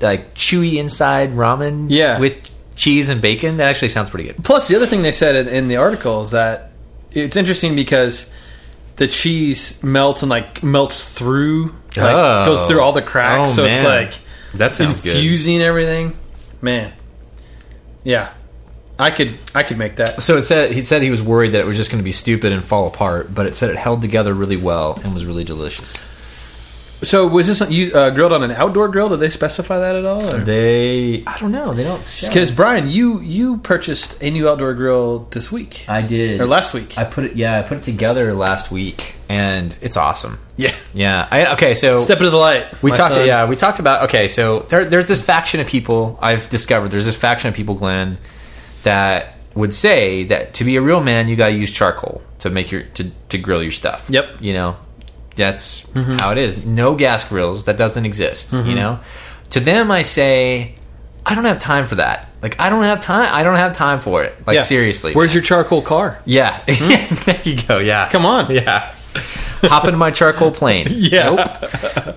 [SPEAKER 1] like chewy inside ramen.
[SPEAKER 2] Yeah.
[SPEAKER 1] With cheese and bacon. That actually sounds pretty good.
[SPEAKER 2] Plus, the other thing they said in, in the article is that it's interesting because the cheese melts and like melts through, like,
[SPEAKER 1] Oh.
[SPEAKER 2] goes through all the cracks.
[SPEAKER 1] Oh,
[SPEAKER 2] so it's
[SPEAKER 1] man.
[SPEAKER 2] like
[SPEAKER 1] That
[SPEAKER 2] infusing everything. Man, yeah, I could I could make that.
[SPEAKER 1] So it said he said he was worried that it was just going to be stupid and fall apart, but it said it held together really well and was really delicious.
[SPEAKER 2] So was this you uh, grilled on an outdoor grill? Did they specify that at all? or-
[SPEAKER 1] They, I don't know, they don't. show.
[SPEAKER 2] Because Brian, you you purchased a new outdoor grill this week
[SPEAKER 1] I did
[SPEAKER 2] or last week?
[SPEAKER 1] I put it, yeah, I put it together last week, and it's awesome.
[SPEAKER 2] yeah.
[SPEAKER 1] Yeah. I, okay, so
[SPEAKER 2] Step into the light.
[SPEAKER 1] we
[SPEAKER 2] my
[SPEAKER 1] talked.
[SPEAKER 2] son.
[SPEAKER 1] Yeah, we talked about. Okay, so there, there's this faction of people I've discovered. There's this faction of people, Glenn, that would say that to be a real man, you got to use charcoal to make your to to grill your stuff.
[SPEAKER 2] Yep. Mm-hmm.
[SPEAKER 1] You know, that's how it is. No gas grills. That doesn't exist. You know, to them I say. I don't have time for that. Like I don't have time. I don't have time for it. Like
[SPEAKER 2] Yeah.
[SPEAKER 1] seriously.
[SPEAKER 2] Where's your charcoal car?
[SPEAKER 1] Yeah. there you go. Yeah.
[SPEAKER 2] Hmm? Come on.
[SPEAKER 1] Yeah. Hop into my charcoal plane.
[SPEAKER 2] Yeah.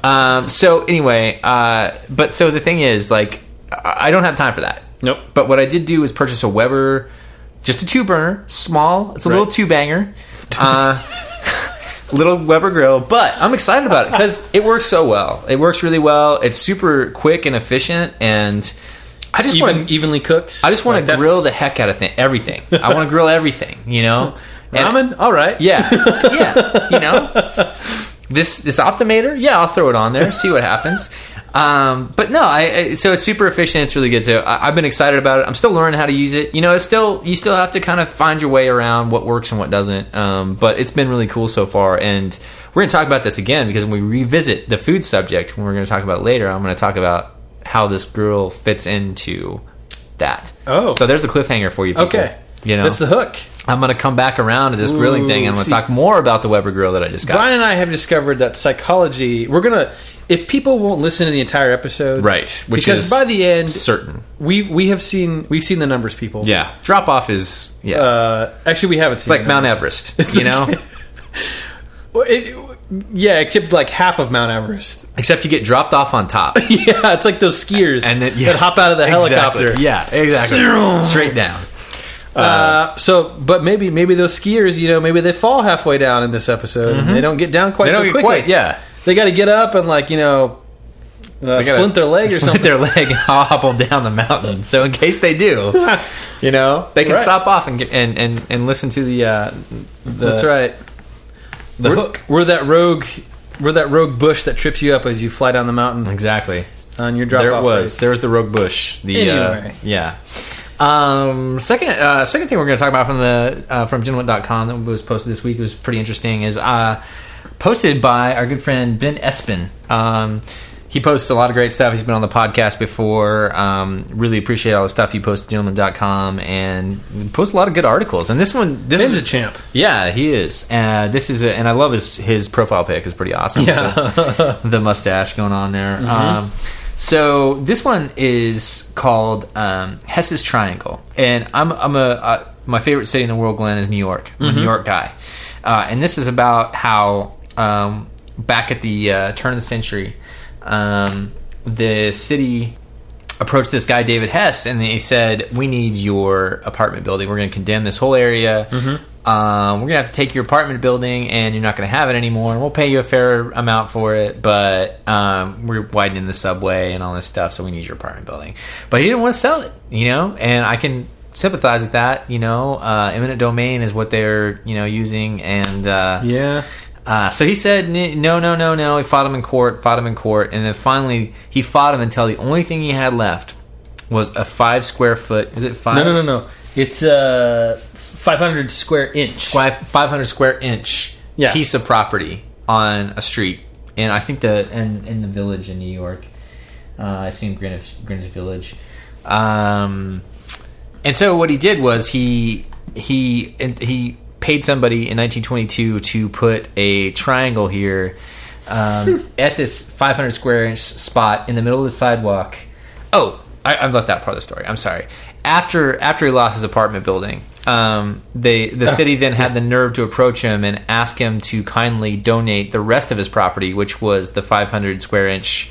[SPEAKER 1] Um, so anyway, uh, but so the thing is, like, I I don't have time for that.
[SPEAKER 2] Nope.
[SPEAKER 1] But what I did do is purchase a Weber, just a two burner, small. It's a little
[SPEAKER 2] Right.
[SPEAKER 1] two banger. Uh, little Weber grill, but I'm excited about it because it works so well. It works really well. It's super quick and efficient, and I just want
[SPEAKER 2] Even, evenly cooks.
[SPEAKER 1] I just want
[SPEAKER 2] Like,
[SPEAKER 1] to
[SPEAKER 2] that's-
[SPEAKER 1] grill the heck out of thi- everything. I want to grill everything, you know. And-
[SPEAKER 2] ramen. All right.
[SPEAKER 1] yeah, yeah. You know, this this optimator. Yeah, I'll throw it on there. See what happens. Um, but no, I, I so it's super efficient. It's really good. So I, I've been excited about it. I'm still learning how to use it. You know, it's still you still have to kind of find your way around what works and what doesn't. Um, but it's been really cool so far, and we're going to talk about this again because when we revisit the food subject, when we're going to talk about later, I'm going to talk about how this grill fits into that.
[SPEAKER 2] Oh.
[SPEAKER 1] so there's the cliffhanger for you. People.
[SPEAKER 2] Okay.
[SPEAKER 1] you know
[SPEAKER 2] that's the hook.
[SPEAKER 1] I'm gonna come back around to this grilling thing, and I'm gonna
[SPEAKER 2] see-
[SPEAKER 1] talk more about the Weber grill that I just got.
[SPEAKER 2] Brian and I have discovered that psychology. We're gonna. If people won't listen to the entire episode,
[SPEAKER 1] Right, which
[SPEAKER 2] because
[SPEAKER 1] is
[SPEAKER 2] by the end,
[SPEAKER 1] certain.
[SPEAKER 2] we we have seen we've seen the numbers, people.
[SPEAKER 1] Yeah, drop off is yeah,
[SPEAKER 2] Uh, actually, we haven't seen.
[SPEAKER 1] it's like Mount Everest, you know.
[SPEAKER 2] yeah, except like half of Mount Everest.
[SPEAKER 1] Except you get dropped off on top,
[SPEAKER 2] yeah, it's like those skiers
[SPEAKER 1] and then yeah,
[SPEAKER 2] that hop out of the
[SPEAKER 1] Exactly.
[SPEAKER 2] helicopter.
[SPEAKER 1] Yeah, exactly. Straight down.
[SPEAKER 2] Uh, so, but maybe maybe those skiers, you know, maybe they fall halfway down in this episode. And they don't get down quite
[SPEAKER 1] Mm-hmm. They
[SPEAKER 2] so
[SPEAKER 1] don't get
[SPEAKER 2] quickly.
[SPEAKER 1] quite- yeah.
[SPEAKER 2] they got to get up and like you know, uh,
[SPEAKER 1] They gotta
[SPEAKER 2] splint their leg or
[SPEAKER 1] splint
[SPEAKER 2] something.
[SPEAKER 1] their leg and hobble down the mountain. So in case they do, you know, they can
[SPEAKER 2] Right.
[SPEAKER 1] stop off and, get- and and and listen to the uh, the
[SPEAKER 2] That's right.
[SPEAKER 1] the
[SPEAKER 2] we're,
[SPEAKER 1] hook
[SPEAKER 2] We're that rogue. We're that rogue bush that trips you up as you fly down the mountain
[SPEAKER 1] exactly.
[SPEAKER 2] on your drop
[SPEAKER 1] there
[SPEAKER 2] off.
[SPEAKER 1] it was.
[SPEAKER 2] route.
[SPEAKER 1] There was the Rogue Bush. The uh,
[SPEAKER 2] Anyway.
[SPEAKER 1] yeah. Um, second, uh, second thing we're going to talk about from the uh, from gentleman.com that was posted this week was pretty interesting. Is uh, posted by our good friend Ben Espin. Um, he posts a lot of great stuff. He's been on the podcast before. Um, really appreciate all the stuff you post at gentleman.com and posts a lot of good articles. And this one, this
[SPEAKER 2] Ben's
[SPEAKER 1] is
[SPEAKER 2] a champ.
[SPEAKER 1] yeah, he is. Uh, this is, a, and I love his his profile pic is pretty awesome.
[SPEAKER 2] Yeah.
[SPEAKER 1] the, the mustache going on there. Um, so this one is called um, Hess's Triangle, and I'm I'm a uh, my favorite city in the world, Glenn, is New York. I'm a New York guy, uh, and this is about how um, back at the uh, turn of the century, um, the city approached this guy David Hess, and they said, "We need your apartment building. We're going to condemn this whole area. Um, we're going to have to take your apartment building, and you're not going to have it anymore. And we'll pay you a fair amount for it, but um, we're widening the subway and all this stuff, so we need your apartment building." But he didn't want to sell it, you know. And I can sympathize with that. You know, uh, eminent domain is what they're you know using, and uh,
[SPEAKER 2] Yeah.
[SPEAKER 1] uh, so he said, "N- no, no, no, no. He fought him in court, fought him in court, and then finally he fought him until the only thing he had left was a five square foot. Is it five?
[SPEAKER 2] No, no, no, no. It's uh, 500 square inch.
[SPEAKER 1] Five hundred square inch
[SPEAKER 2] Yeah.
[SPEAKER 1] piece of property on a street, and I think the in, in the village in New York, uh, I seen Greenwich Greenwich Village. Um, and so what he did was he he and he paid somebody in 1922 to put a triangle here um, at this 500 square inch spot in the middle of the sidewalk. Oh, I, I left that part of the story. I'm sorry. After after he lost his apartment building, um, they the city then had the nerve to approach him and ask him to kindly donate the rest of his property, which was the 500 square inch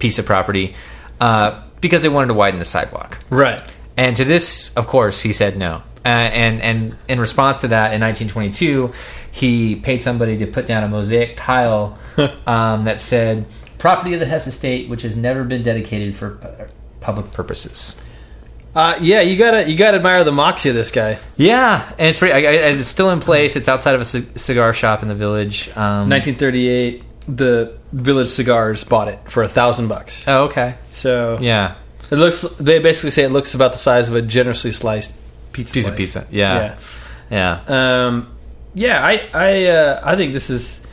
[SPEAKER 1] piece of property, uh, because they wanted to widen the sidewalk.
[SPEAKER 2] Right.
[SPEAKER 1] And to this, of course, he said no. Uh, and and in response to that, in 1922, he paid somebody to put down a mosaic tile um, that said "property of the Hess estate, which has never been dedicated for pu- public purposes."
[SPEAKER 2] Uh, yeah, you gotta you gotta admire the moxie of this
[SPEAKER 1] Mm.
[SPEAKER 2] guy.
[SPEAKER 1] Yeah, and it's pretty. I, I, it's still in place. It's outside of a c- cigar shop in the village. Um,
[SPEAKER 2] 1938, the Village Cigars bought it for a thousand bucks.
[SPEAKER 1] oh, okay.
[SPEAKER 2] So
[SPEAKER 1] Yeah,
[SPEAKER 2] it looks. They basically say it looks about the size of a generously sliced pizza.
[SPEAKER 1] piece of
[SPEAKER 2] slice.
[SPEAKER 1] pizza. Yeah, yeah.
[SPEAKER 2] Um, yeah, I I uh, I think this is.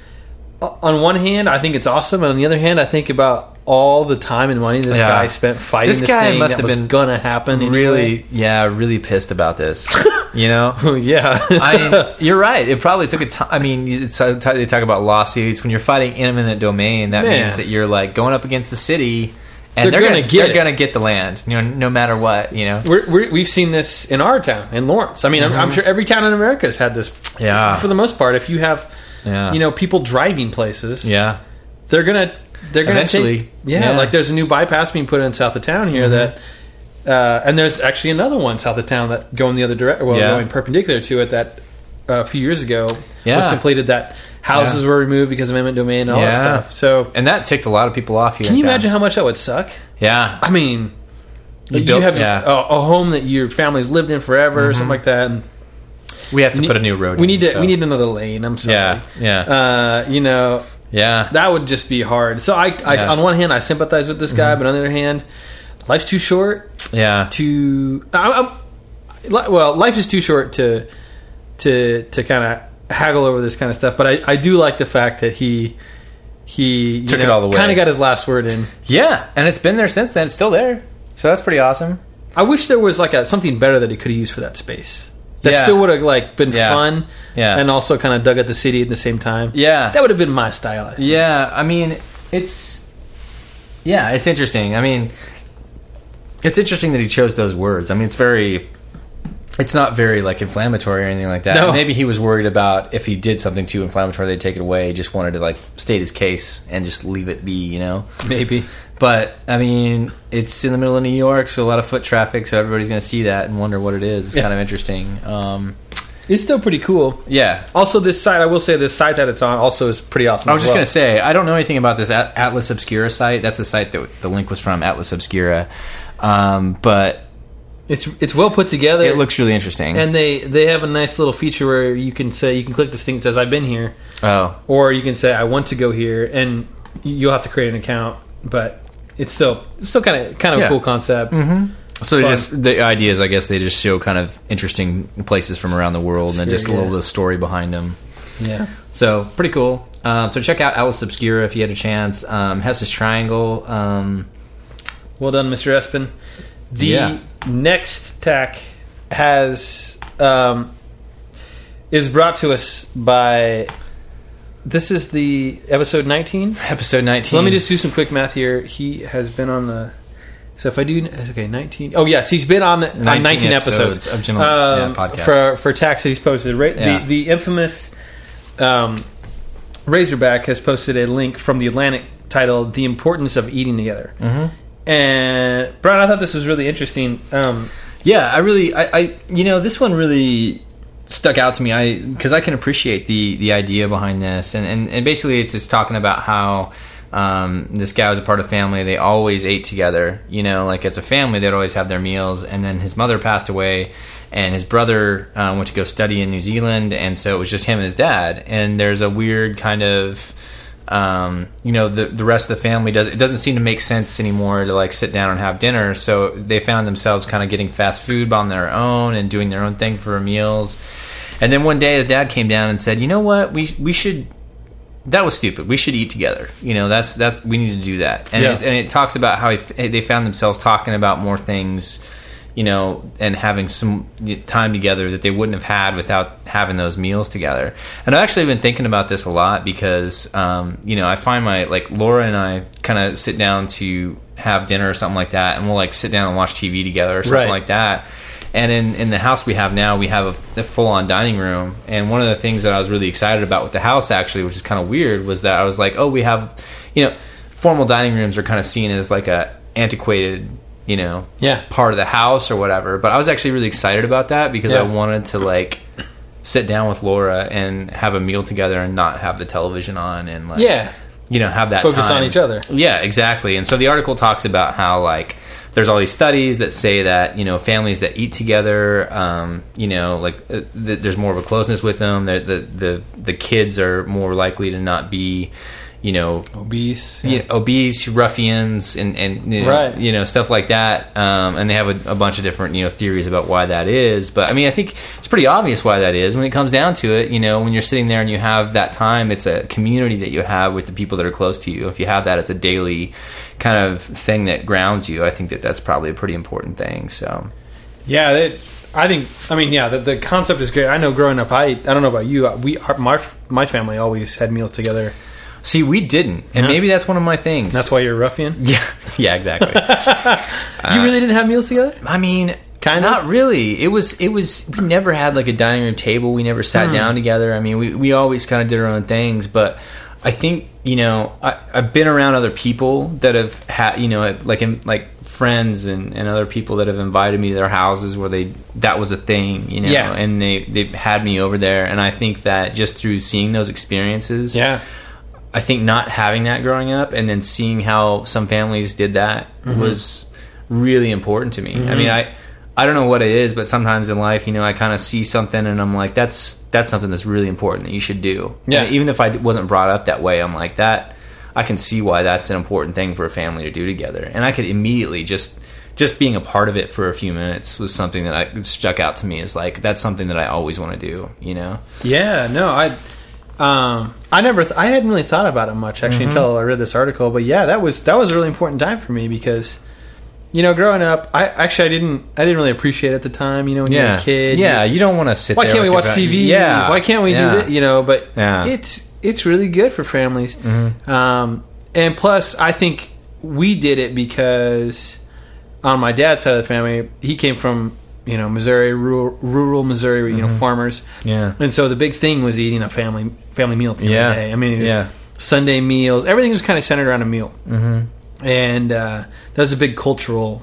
[SPEAKER 2] uh, On one hand, I think it's awesome, and on the other hand, I think about all the time and money this
[SPEAKER 1] Yeah.
[SPEAKER 2] guy spent fighting
[SPEAKER 1] This
[SPEAKER 2] this,
[SPEAKER 1] guy
[SPEAKER 2] thing
[SPEAKER 1] must
[SPEAKER 2] that
[SPEAKER 1] have
[SPEAKER 2] was
[SPEAKER 1] been
[SPEAKER 2] gonna happen.
[SPEAKER 1] really, yeah, really pissed about this. you know,
[SPEAKER 2] anyway. Oh, yeah.
[SPEAKER 1] I mean, you're right. It probably took a time. I mean, it's, uh, t- they talk about lawsuits when you're fighting eminent domain. That
[SPEAKER 2] Man.
[SPEAKER 1] means that you're like going up against the city, and
[SPEAKER 2] They're
[SPEAKER 1] they're,
[SPEAKER 2] gonna
[SPEAKER 1] gonna,
[SPEAKER 2] get
[SPEAKER 1] they're
[SPEAKER 2] it.
[SPEAKER 1] gonna get the land, you know, no matter what, you know.
[SPEAKER 2] we're, we're, we've seen this in our town in Lawrence. I mean, I'm, I'm sure every town in America has had this.
[SPEAKER 1] Mm-hmm. Yeah.
[SPEAKER 2] for the most part, if you have,
[SPEAKER 1] Yeah.
[SPEAKER 2] you know, people driving places,
[SPEAKER 1] Yeah,
[SPEAKER 2] they're gonna they're gonna
[SPEAKER 1] Eventually.
[SPEAKER 2] take- yeah,
[SPEAKER 1] Yeah. Mm-hmm.
[SPEAKER 2] like there's a new bypass being put in south of town here that, uh, and there's actually another one south of town that going the other direction, well,
[SPEAKER 1] Yeah.
[SPEAKER 2] going perpendicular to it that uh, a few years ago was
[SPEAKER 1] Yeah.
[SPEAKER 2] completed. That houses
[SPEAKER 1] Yeah.
[SPEAKER 2] were removed because of eminent domain and all that
[SPEAKER 1] Yeah.
[SPEAKER 2] stuff. So.
[SPEAKER 1] and that ticked a lot of people off here.
[SPEAKER 2] can
[SPEAKER 1] in
[SPEAKER 2] you
[SPEAKER 1] town.
[SPEAKER 2] imagine how much that would suck?
[SPEAKER 1] Yeah,
[SPEAKER 2] I mean, you,
[SPEAKER 1] built-
[SPEAKER 2] have
[SPEAKER 1] yeah. Mm-hmm.
[SPEAKER 2] a, a home that your family's lived in forever, or something like that. And
[SPEAKER 1] we have to
[SPEAKER 2] ne-
[SPEAKER 1] put a new road.
[SPEAKER 2] we
[SPEAKER 1] in,
[SPEAKER 2] need to
[SPEAKER 1] so-
[SPEAKER 2] we need another lane. I'm sorry.
[SPEAKER 1] Yeah, yeah.
[SPEAKER 2] Uh, you know
[SPEAKER 1] yeah,
[SPEAKER 2] that would just be hard. So I, I
[SPEAKER 1] Yeah. Mm-hmm.
[SPEAKER 2] on one hand I sympathize with this guy, but on the other hand, life's too short
[SPEAKER 1] yeah,
[SPEAKER 2] to. I, I'm, li- well, life is too short to to to kind of haggle over this kind of stuff. But I, I do like the fact that he he you
[SPEAKER 1] Took it all the way.
[SPEAKER 2] Kind of got his last word in.
[SPEAKER 1] yeah. And it's been there since then. It's still there, so that's pretty awesome.
[SPEAKER 2] I wish there was like a something better that he could have used for that space. That
[SPEAKER 1] Yeah.
[SPEAKER 2] still would have like been
[SPEAKER 1] Yeah.
[SPEAKER 2] fun,
[SPEAKER 1] Yeah.
[SPEAKER 2] and also kind of dug at the city at the same time.
[SPEAKER 1] Yeah.
[SPEAKER 2] that would have been my style. I think.
[SPEAKER 1] Yeah, I mean, it's yeah, it's interesting. I mean, it's interesting that he chose those words. I mean, it's very it's not very like inflammatory or anything like that.
[SPEAKER 2] No.
[SPEAKER 1] Maybe he was worried about if he did something too inflammatory, they'd take it away. He just wanted to like state his case and just leave it be, you know.
[SPEAKER 2] maybe.
[SPEAKER 1] But I mean, it's in the middle of New York, so a lot of foot traffic, so everybody's going to see that and wonder what it is. It's
[SPEAKER 2] Yeah.
[SPEAKER 1] kind of interesting. Um,
[SPEAKER 2] It's still pretty cool.
[SPEAKER 1] yeah,
[SPEAKER 2] Also, this site, I will say, this site that it's on also is pretty awesome.
[SPEAKER 1] I was just going to say, I don't know anything about this At- Atlas Obscura site. That's the site that the link was from, Atlas Obscura. Um, but
[SPEAKER 2] it's it's well put together.
[SPEAKER 1] it looks really interesting.
[SPEAKER 2] and they they have a nice little feature where you can say you can click this thing that says I've been here,
[SPEAKER 1] oh,
[SPEAKER 2] or you can say I want to go here, and you'll have to create an account. But it's still it's still kind of kind of
[SPEAKER 1] Yeah. Mm-hmm.
[SPEAKER 2] a cool concept.
[SPEAKER 1] so they
[SPEAKER 2] fun.
[SPEAKER 1] just the idea is, I guess they just show kind of interesting places from around the world and just a little
[SPEAKER 2] yeah.
[SPEAKER 1] bit of story behind them.
[SPEAKER 2] Yeah.
[SPEAKER 1] So pretty cool. Um, so check out Atlas Obscura if you had a chance. Um, Hess's Triangle. Um,
[SPEAKER 2] Well done, Mr. Espin. The
[SPEAKER 1] Yeah.
[SPEAKER 2] next tack has um, is brought to us by. This is the episode nineteen.
[SPEAKER 1] episode nineteen.
[SPEAKER 2] So let me just do some quick math here. He has been on the. So if I do okay, nineteen. Oh yes, he's been on 19 on
[SPEAKER 1] 19
[SPEAKER 2] nineteen
[SPEAKER 1] episodes
[SPEAKER 2] episodes,
[SPEAKER 1] of Gentleman- yeah,
[SPEAKER 2] um,
[SPEAKER 1] podcast.
[SPEAKER 2] for for tax that he's posted. Right,
[SPEAKER 1] Yeah.
[SPEAKER 2] the the infamous um, Razorback has posted a link from the Atlantic titled "The Importance of Eating Together,"
[SPEAKER 1] Mm-hmm.
[SPEAKER 2] And Brian, I thought this was really interesting. Um,
[SPEAKER 1] Yeah, I really, I, I, you know, this one really stuck out to me. I because I can appreciate the the idea behind this, and and, and basically, it's just talking about how. Um, this guy was a part of family. They always ate together. You know, like as a family, they'd always have their meals. And then his mother passed away, and his brother um, went to go study in New Zealand, and so it was just him and his dad. And there's a weird kind of um, you know the the rest of the family does it doesn't seem to make sense anymore to like sit down and have dinner. So they found themselves kind of getting fast food on their own and doing their own thing for meals. And then one day his dad came down and said, "You know what? We we should that was stupid. We should eat together. You know, that's that's we need to do that." And
[SPEAKER 2] Yeah.
[SPEAKER 1] it's- and it talks about how he- they found themselves talking about more things, you know, and having some time together that they wouldn't have had without having those meals together. And I've actually been thinking about this a lot because, um, you know, I find my like Laura and I kind of sit down to have dinner or something like that, and we'll like sit down and watch TV together or something
[SPEAKER 2] Right.
[SPEAKER 1] like that. And in, in the house we have now, we have a, a full on dining room. And one of the things that I was really excited about with the house, actually, which is kind of weird, was that I was like, oh, we have, you know, formal dining rooms are kind of seen as like a antiquated, you know,
[SPEAKER 2] Yeah.
[SPEAKER 1] part of the house or whatever. But I was actually really excited about that because I
[SPEAKER 2] Yeah.
[SPEAKER 1] wanted to like sit down with Laura and have a meal together and not have the television on and like
[SPEAKER 2] Yeah.
[SPEAKER 1] you know, have that
[SPEAKER 2] Focus on
[SPEAKER 1] time.
[SPEAKER 2] each other.
[SPEAKER 1] Yeah, exactly. And so the article talks about how like there's all these studies that say that you know families that eat together, um, you know, like uh, th- there's more of a closeness with them. The, the the the kids are more likely to not be, you know,
[SPEAKER 2] obese.
[SPEAKER 1] you know, obese ruffians and and you know,
[SPEAKER 2] Right.
[SPEAKER 1] you know stuff like that. Um, and they have a, a bunch of different you know theories about why that is. But I mean, I think it's pretty obvious why that is when it comes down to it. You know, when you're sitting there and you have that time, it's a community that you have with the people that are close to you. If you have that, it's a daily kind of thing that grounds you. I think that that's probably a pretty important thing. So
[SPEAKER 2] Yeah, that I think. I mean, yeah, the, the concept is great. I know growing up, I I don't know about you. We our, my my family always had meals together.
[SPEAKER 1] see, we didn't, and
[SPEAKER 2] Yeah.
[SPEAKER 1] maybe that's one of my things.
[SPEAKER 2] That's why you're a ruffian.
[SPEAKER 1] Yeah, yeah, exactly.
[SPEAKER 2] you really didn't have meals together.
[SPEAKER 1] I mean,
[SPEAKER 2] Kind of?
[SPEAKER 1] not really. It was it was we never had like a dining room table. We never
[SPEAKER 2] Hmm.
[SPEAKER 1] sat down together. I mean, we we always kind of did our own things, but. I think you know I, I've been around other people that have had you know like in, like friends and, and other people that have invited me to their houses where they that was a thing you know
[SPEAKER 2] Yeah.
[SPEAKER 1] and they they had me over there and I think that just through seeing those experiences
[SPEAKER 2] Yeah,
[SPEAKER 1] I think not having that growing up and then seeing how some families did that was really important to me. I mean, I I don't know what it is, but sometimes in life, you know, I kind of see something and I'm like, that's that's something that's really important that you should do.
[SPEAKER 2] Yeah.
[SPEAKER 1] And even if I wasn't brought up that way, I'm like that. I can see why that's an important thing for a family to do together, and I could immediately just just being a part of it for a few minutes was something that I stuck out to me as like that's something that I always want to do. You know.
[SPEAKER 2] yeah. No, I. Um, I never, th- I hadn't really thought about it much actually until I read this article. But yeah, that was that was a really important time for me because, you know, growing up, I actually I didn't I didn't really appreciate it at the time. You know, when you're a kid, you-
[SPEAKER 1] Yeah, you don't want to sit.
[SPEAKER 2] why
[SPEAKER 1] there
[SPEAKER 2] can't
[SPEAKER 1] with your
[SPEAKER 2] we watch
[SPEAKER 1] fa-
[SPEAKER 2] TV?
[SPEAKER 1] Yeah,
[SPEAKER 2] Why can't we
[SPEAKER 1] yeah.
[SPEAKER 2] do that? You know, but
[SPEAKER 1] Yeah. Mm-hmm.
[SPEAKER 2] it's it's really good for families. Um, and plus, I think we did it because on my dad's side of the family, he came from you know Missouri, rural, rural Missouri, you know,
[SPEAKER 1] Mm-hmm.
[SPEAKER 2] farmers.
[SPEAKER 1] Yeah.
[SPEAKER 2] and so the big thing was eating a family family meal at the end of
[SPEAKER 1] Yeah.
[SPEAKER 2] the day. I mean, it was
[SPEAKER 1] Yeah.
[SPEAKER 2] Sunday meals. Everything was kind of centered around a meal, mm-hmm. and uh, that was a big cultural.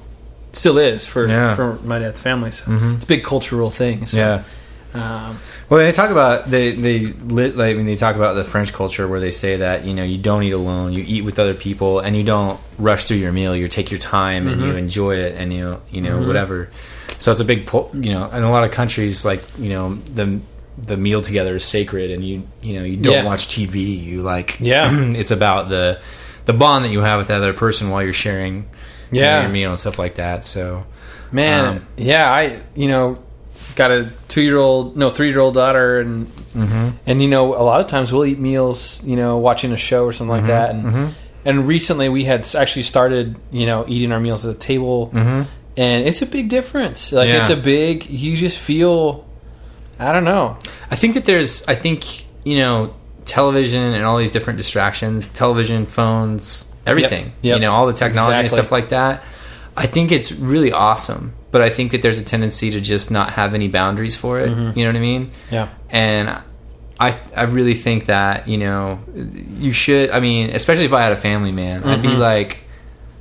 [SPEAKER 2] Still is for
[SPEAKER 1] Yeah. Mm-hmm.
[SPEAKER 2] for my dad's family. So it's a big cultural thing. So.
[SPEAKER 1] Yeah.
[SPEAKER 2] Um,
[SPEAKER 1] Well, they talk about they they lit. Like, I mean, they talk about the French culture where they say that you know you don't eat alone, you eat with other people, and you don't rush through your meal. You take your time and
[SPEAKER 2] Mm-hmm.
[SPEAKER 1] you enjoy it, and you you know whatever. So it's a big po- you know, in a lot of countries, like you know the the meal together is sacred, and you you know you don't
[SPEAKER 2] Yeah.
[SPEAKER 1] watch TV. You like
[SPEAKER 2] Yeah.
[SPEAKER 1] it's about the the bond that you have with the other person while you're sharing you know,
[SPEAKER 2] Yeah.
[SPEAKER 1] your meal and stuff like that. So
[SPEAKER 2] man,
[SPEAKER 1] Um,
[SPEAKER 2] yeah, I you know got a two year old, no three year old daughter, and
[SPEAKER 1] Mm-hmm.
[SPEAKER 2] and you know a lot of times we'll eat meals, you know, watching a show or
[SPEAKER 1] Mm-hmm.
[SPEAKER 2] something like that, and and recently we had s- actually started, you know, eating our meals at the table, and it's a big difference. Like
[SPEAKER 1] Mm-hmm. Yeah.
[SPEAKER 2] it's a big, you just feel, I don't know,
[SPEAKER 1] I think that there's, I think, you know, television and all these different distractions, television, phones, everything,
[SPEAKER 2] Yep.
[SPEAKER 1] you know, all the technology and
[SPEAKER 2] Exactly.
[SPEAKER 1] stuff like that. I think it's really awesome, but I think that there's a tendency to just not have any boundaries for it.
[SPEAKER 2] Mm-hmm.
[SPEAKER 1] You know what I mean?
[SPEAKER 2] Yeah.
[SPEAKER 1] And I, I really think
[SPEAKER 2] Mm-hmm.
[SPEAKER 1] that, you know, you should, I mean, especially if I had a family, man, I'd be like,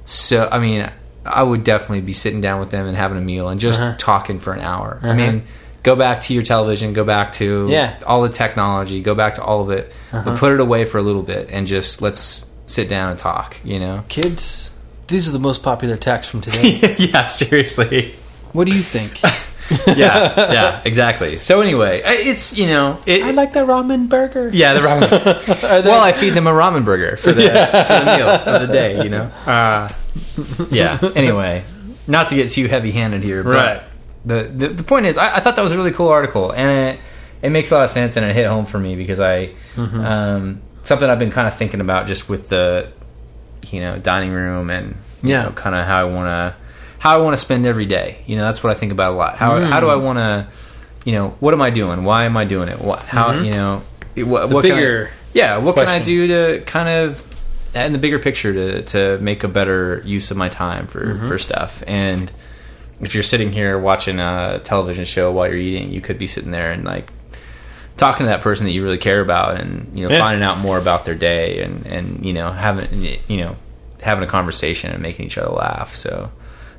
[SPEAKER 1] so I mean, I would definitely be sitting down with them and having a meal and just
[SPEAKER 2] Uh-huh.
[SPEAKER 1] talking for an hour. I mean, go back to your television, go back to
[SPEAKER 2] Yeah. Uh-huh.
[SPEAKER 1] all the technology, go back to all of it, but put it away for a little bit and just let's sit down and talk. You know?
[SPEAKER 2] Kids, these are the most popular attacks from today.
[SPEAKER 1] yeah, seriously.
[SPEAKER 2] what do you think?
[SPEAKER 1] Yeah, yeah, exactly. So anyway, I- it's you know, it,
[SPEAKER 2] I like that ramen burger.
[SPEAKER 1] yeah, the ramen.
[SPEAKER 2] Are there-
[SPEAKER 1] well, I feed them a ramen burger for the, for the meal of the day, you know. Uh, yeah. Anyway, not to get too heavy-handed here, but
[SPEAKER 2] Right.
[SPEAKER 1] The, the the point is, I, I thought that was a really cool article, and it it makes a lot of sense, and it hit home for me because I
[SPEAKER 2] Mm-hmm.
[SPEAKER 1] um, something I've been kind of thinking about just with the you know dining room and you
[SPEAKER 2] Yeah.
[SPEAKER 1] know, kind of how I want to how I want to spend every day. You know, that's what I think about a lot. How how do
[SPEAKER 2] Mm.
[SPEAKER 1] I want to you know what am I doing? Why am I doing it? What how you know it- what, what can I-
[SPEAKER 2] Mm-hmm. bigger
[SPEAKER 1] yeah what can I
[SPEAKER 2] question.
[SPEAKER 1] do to kind of in the bigger picture to to make a better use of my time for for stuff and if you're sitting here watching a television show while you're eating you could be sitting there and like talking to that person that you really care about and you know
[SPEAKER 2] Yeah.
[SPEAKER 1] finding out more about their day and and you know having you know having a conversation and making each other laugh so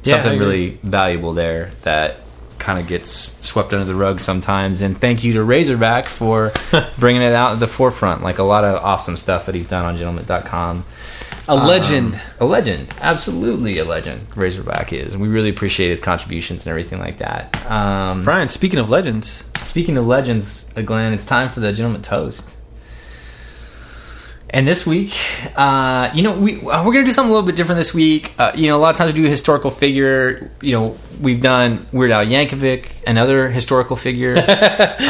[SPEAKER 2] Yeah, I
[SPEAKER 1] something
[SPEAKER 2] agree.
[SPEAKER 1] really valuable there that kind of gets swept under the rug sometimes and thank you to razorback for bringing it out at the forefront like a lot of awesome stuff that he's done on gentleman.com
[SPEAKER 2] a legend.
[SPEAKER 1] Um, a legend absolutely a legend razorback is and we really appreciate his contributions and everything like that um,
[SPEAKER 2] Brian, speaking of legends,
[SPEAKER 1] Speaking of legends, uh, Glenn, it's time for the gentleman toast. And this week, uh, you know, we uh, we're gonna do something a little bit different this week. Uh, you know, a lot of times we do a historical figure. You know, we've done Weird Al Yankovic, another historical figure.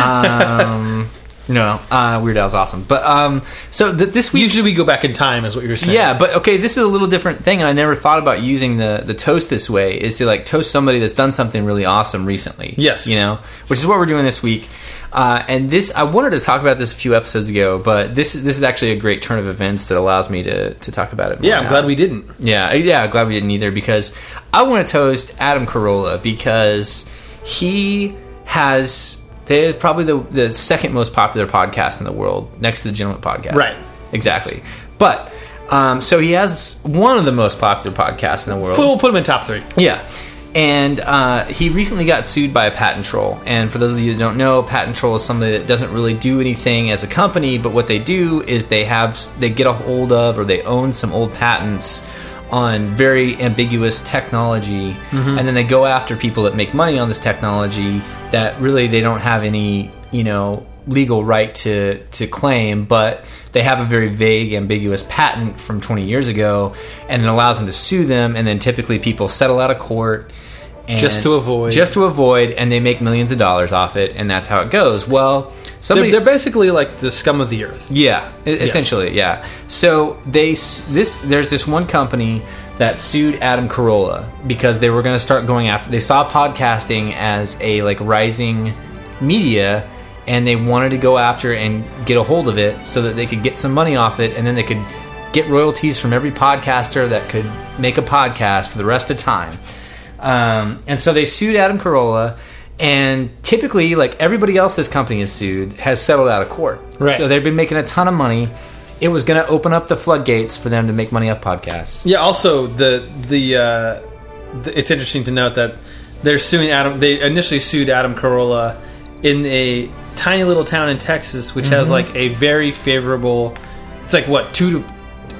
[SPEAKER 1] um, no, uh, Weird Al's awesome, but um, so th- this week,
[SPEAKER 2] usually we go back in time, is what you were saying.
[SPEAKER 1] yeah, but okay, this is a little different thing, and I never thought about using the the toast this way. Is to like toast somebody that's done something really awesome recently.
[SPEAKER 2] Yes.
[SPEAKER 1] you know, which is what we're doing this week. Uh, and this, I wanted to talk about this a few episodes ago, but this this is actually a great turn of events that allows me to to talk about it. more
[SPEAKER 2] Yeah, I'm
[SPEAKER 1] now.
[SPEAKER 2] glad we didn't.
[SPEAKER 1] Yeah, yeah, glad we didn't either because I want to toast Adam Carolla because he has they're probably the, the second most popular podcast in the world next to the Gentleman Podcast.
[SPEAKER 2] Right.
[SPEAKER 1] Exactly. But um, so he has one of the most popular podcasts in the world.
[SPEAKER 2] But we'll put him in top three.
[SPEAKER 1] Yeah. And uh, he recently got sued by a patent troll. And for those of you that don't know, a patent troll is somebody that doesn't really do anything as a company, but what they do is they have they get a hold of or they own some old patents on very ambiguous technology, and then they go after people that make money on this technology that really they don't have any you know legal right to to claim, but they have a very vague, ambiguous patent from 20 years ago, and it allows them to sue them. And then typically people settle out of court and-
[SPEAKER 2] Just to avoid.
[SPEAKER 1] just to avoid, and they make millions of dollars off it, and that's how it goes. Well,
[SPEAKER 2] They're,
[SPEAKER 1] somebody
[SPEAKER 2] they're basically like the scum of the earth.
[SPEAKER 1] yeah, e- essentially, yeah. So they s- this there's this one company that sued Adam Carolla because they were going to start going after they saw podcasting as a like rising media and they wanted to go after and get a hold of it so that they could get some money off it and then they could get royalties from every podcaster that could make a podcast for the rest of time. Um, and so they sued Adam Carolla and typically like everybody else this company has sued has settled out of court.
[SPEAKER 2] Right.
[SPEAKER 1] So they've been making a ton of money. It was going to open up the floodgates for them to make money off podcasts.
[SPEAKER 2] Yeah. Also, the the, uh, the it's interesting to note that they're suing Adam. They initially sued Adam Carolla in a tiny little town in Texas, which has
[SPEAKER 1] Mm-hmm.
[SPEAKER 2] like a very favorable. It's like what two to.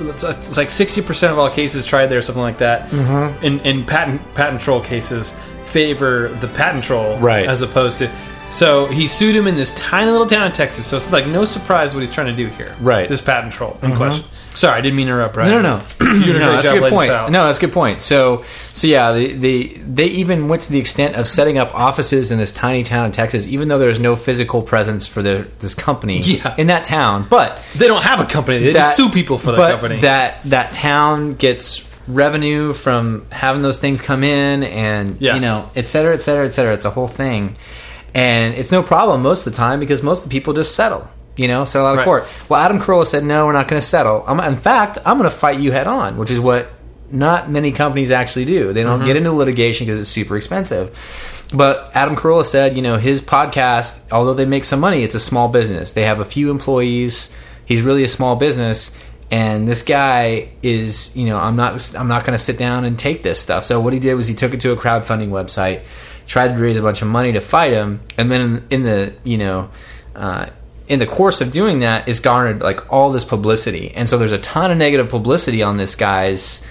[SPEAKER 2] It's it's like sixty percent of all cases tried there, something like that. Mm-hmm. In in patent patent troll cases, favor the patent troll,
[SPEAKER 1] Right.
[SPEAKER 2] As opposed to, so he sued him in this tiny little town in Texas. So it's like no surprise what he's trying to do here,
[SPEAKER 1] Right. Mm-hmm.
[SPEAKER 2] This patent troll in question. Sorry, I didn't mean to interrupt. Brian.
[SPEAKER 1] No, no, no.
[SPEAKER 2] You're doing a
[SPEAKER 1] no,
[SPEAKER 2] great
[SPEAKER 1] that's a
[SPEAKER 2] job
[SPEAKER 1] good
[SPEAKER 2] laying
[SPEAKER 1] point.
[SPEAKER 2] this out.
[SPEAKER 1] No, that's a good point. So, so yeah, they, they they even went to the extent of setting up offices in this tiny town in Texas, even though there's no physical presence for their, this company
[SPEAKER 2] Yeah.
[SPEAKER 1] in that town. But
[SPEAKER 2] They don't have a company. They just
[SPEAKER 1] that-
[SPEAKER 2] sue people for
[SPEAKER 1] but
[SPEAKER 2] that company.
[SPEAKER 1] That that town gets revenue from having those things come in, and
[SPEAKER 2] Yeah.
[SPEAKER 1] you know, et cetera, et cetera, et cetera. It's a whole thing, and it's no problem most of the time because most of the people just settle. You know, settle out of
[SPEAKER 2] Right.
[SPEAKER 1] court. Well, Adam Carolla said, "No, we're not going to settle. I'm, in fact, I'm going to fight you head on," which is what not many companies actually do. They don't get into litigation because it's super expensive. But Adam Carolla said, you know, his podcast, although they make some money, it's a small business. They have a few employees. He's really a small business and this guy is you know i'm not i'm not going to sit down and take this stuff so what he did was he took it to a crowdfunding website tried to raise a bunch of money to fight him and then in, in the you know uh, in the course of doing that it's garnered like all this publicity and so there's a ton of negative publicity on this guy's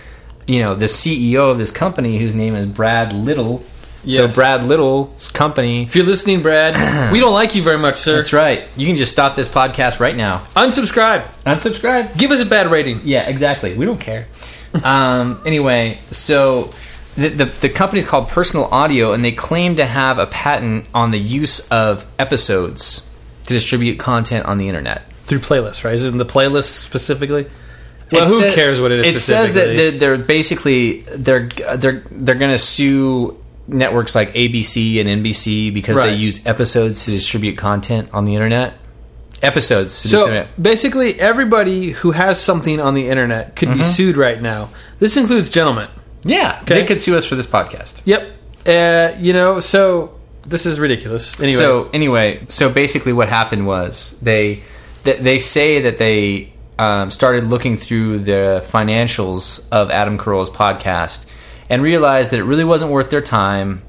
[SPEAKER 1] you know the ceo of this company whose name is brad little
[SPEAKER 2] Yes.
[SPEAKER 1] so brad little's company
[SPEAKER 2] If you're listening, Brad, we don't like you very much, sir.
[SPEAKER 1] that's right you can just stop this podcast right now
[SPEAKER 2] Unsubscribe.
[SPEAKER 1] unsubscribe
[SPEAKER 2] Give us a bad rating.
[SPEAKER 1] Yeah, exactly. We don't care. um, anyway, so the, the the company's called Personal Audio, and they claim to have a patent on the use of episodes to distribute content on the internet.
[SPEAKER 2] Through playlists, right? Is it in the playlist specifically? Well,
[SPEAKER 1] It
[SPEAKER 2] who
[SPEAKER 1] sa-
[SPEAKER 2] cares what it is
[SPEAKER 1] It says that
[SPEAKER 2] specifically?
[SPEAKER 1] they're, they're basically they're they're they're going to sue networks like ABC and NBC because they
[SPEAKER 2] Right.
[SPEAKER 1] use episodes to distribute content on the internet. Episodes. To
[SPEAKER 2] So
[SPEAKER 1] distribute.
[SPEAKER 2] basically, everybody who has something on the internet could
[SPEAKER 1] Mm-hmm.
[SPEAKER 2] be sued right now. This includes gentlemen.
[SPEAKER 1] yeah,
[SPEAKER 2] Okay.
[SPEAKER 1] they could sue us for this podcast.
[SPEAKER 2] Yep. Uh, you know, so this is ridiculous. Anyway,
[SPEAKER 1] So anyway, so basically, what happened was they th- they say that they um, started looking through the financials of Adam Carolla's podcast and realized that it really wasn't worth their time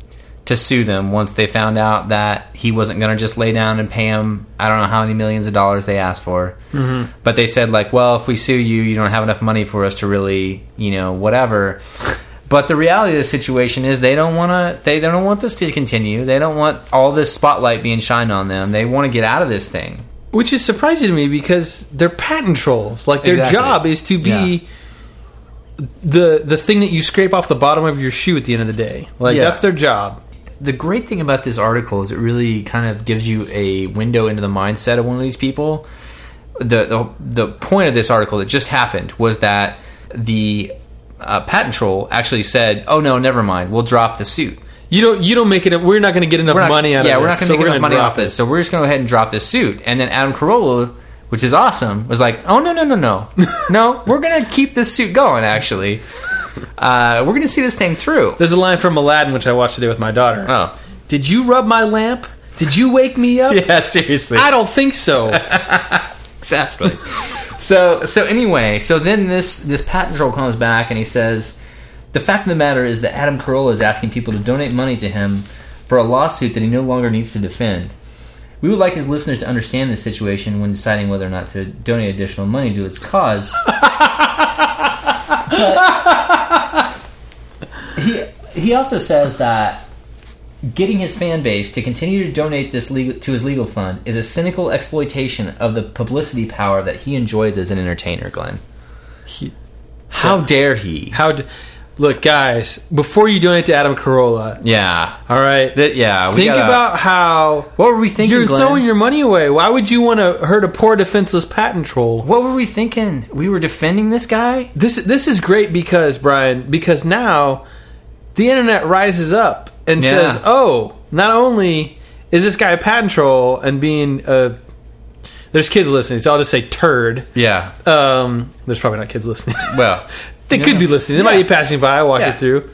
[SPEAKER 1] to sue them once they found out that he wasn't going to just lay down and pay them. I don't know how many millions of dollars they asked for, but they said like, well, if we sue you, you don't have enough money for us to really, you know, whatever. But the reality of the situation is they don't want to. They, they don't want this to continue. They don't want all this spotlight being shined on them. They want to get out of this thing.
[SPEAKER 2] which is surprising to me because they're patent trolls. Like their
[SPEAKER 1] Exactly.
[SPEAKER 2] job is to be the the thing that you scrape off the bottom of your shoe at the end of the day. Like
[SPEAKER 1] Yeah.
[SPEAKER 2] that's their job.
[SPEAKER 1] The great thing about this article is it really kind of gives you a window into the mindset of one of these people. The the, the point of this article that just happened was that the uh, patent troll actually said, "Oh no, never mind. We'll drop the suit."
[SPEAKER 2] You don't you don't make it. We're not going to get enough
[SPEAKER 1] we're not,
[SPEAKER 2] money out
[SPEAKER 1] yeah,
[SPEAKER 2] of
[SPEAKER 1] we're
[SPEAKER 2] this.
[SPEAKER 1] not
[SPEAKER 2] so
[SPEAKER 1] going to make enough money
[SPEAKER 2] gonna
[SPEAKER 1] off
[SPEAKER 2] drop
[SPEAKER 1] this. So we're just going to go ahead and drop this suit. And then Adam Carolla, which is awesome, was like, "Oh no, no, no, no, no! We're going to keep this suit going. Actually, uh, we're going to see this thing through."
[SPEAKER 2] There's a line from Aladdin which I watched today with my daughter.
[SPEAKER 1] Oh,
[SPEAKER 2] Did you rub my lamp? Did you wake me up?
[SPEAKER 1] yeah, seriously,
[SPEAKER 2] I don't think so.
[SPEAKER 1] exactly. so, so anyway, so then this this patent troll comes back and he says, "The fact of the matter is that Adam Carolla is asking people to donate money to him for a lawsuit that he no longer needs to defend." We would like his listeners to understand this situation when deciding whether or not to donate additional money to its cause. But he, he also says that getting his fan base to continue to donate this legal, to his legal fund is a cynical exploitation of the publicity power that he enjoys as an entertainer, Glenn.
[SPEAKER 2] He-
[SPEAKER 1] How dare he?
[SPEAKER 2] How? D- Look, guys, before you donate to Adam Carolla,
[SPEAKER 1] Yeah.
[SPEAKER 2] all right.
[SPEAKER 1] That- yeah. we
[SPEAKER 2] think
[SPEAKER 1] gotta-
[SPEAKER 2] about how
[SPEAKER 1] What were we thinking,
[SPEAKER 2] you're
[SPEAKER 1] Glenn?
[SPEAKER 2] throwing your money away. Why would you want to hurt a poor defenseless patent troll?
[SPEAKER 1] what were we thinking? We were defending this guy?
[SPEAKER 2] This this is great because Brian, because now the internet rises up and
[SPEAKER 1] Yeah.
[SPEAKER 2] says, "Oh, not only is this guy a patent troll and being a there's kids listening, so I'll just say turd.
[SPEAKER 1] Yeah.
[SPEAKER 2] Um, there's probably not kids listening.
[SPEAKER 1] Well,
[SPEAKER 2] they could be listening. They might
[SPEAKER 1] Yeah.
[SPEAKER 2] be passing by. I walk
[SPEAKER 1] Yeah.
[SPEAKER 2] it through.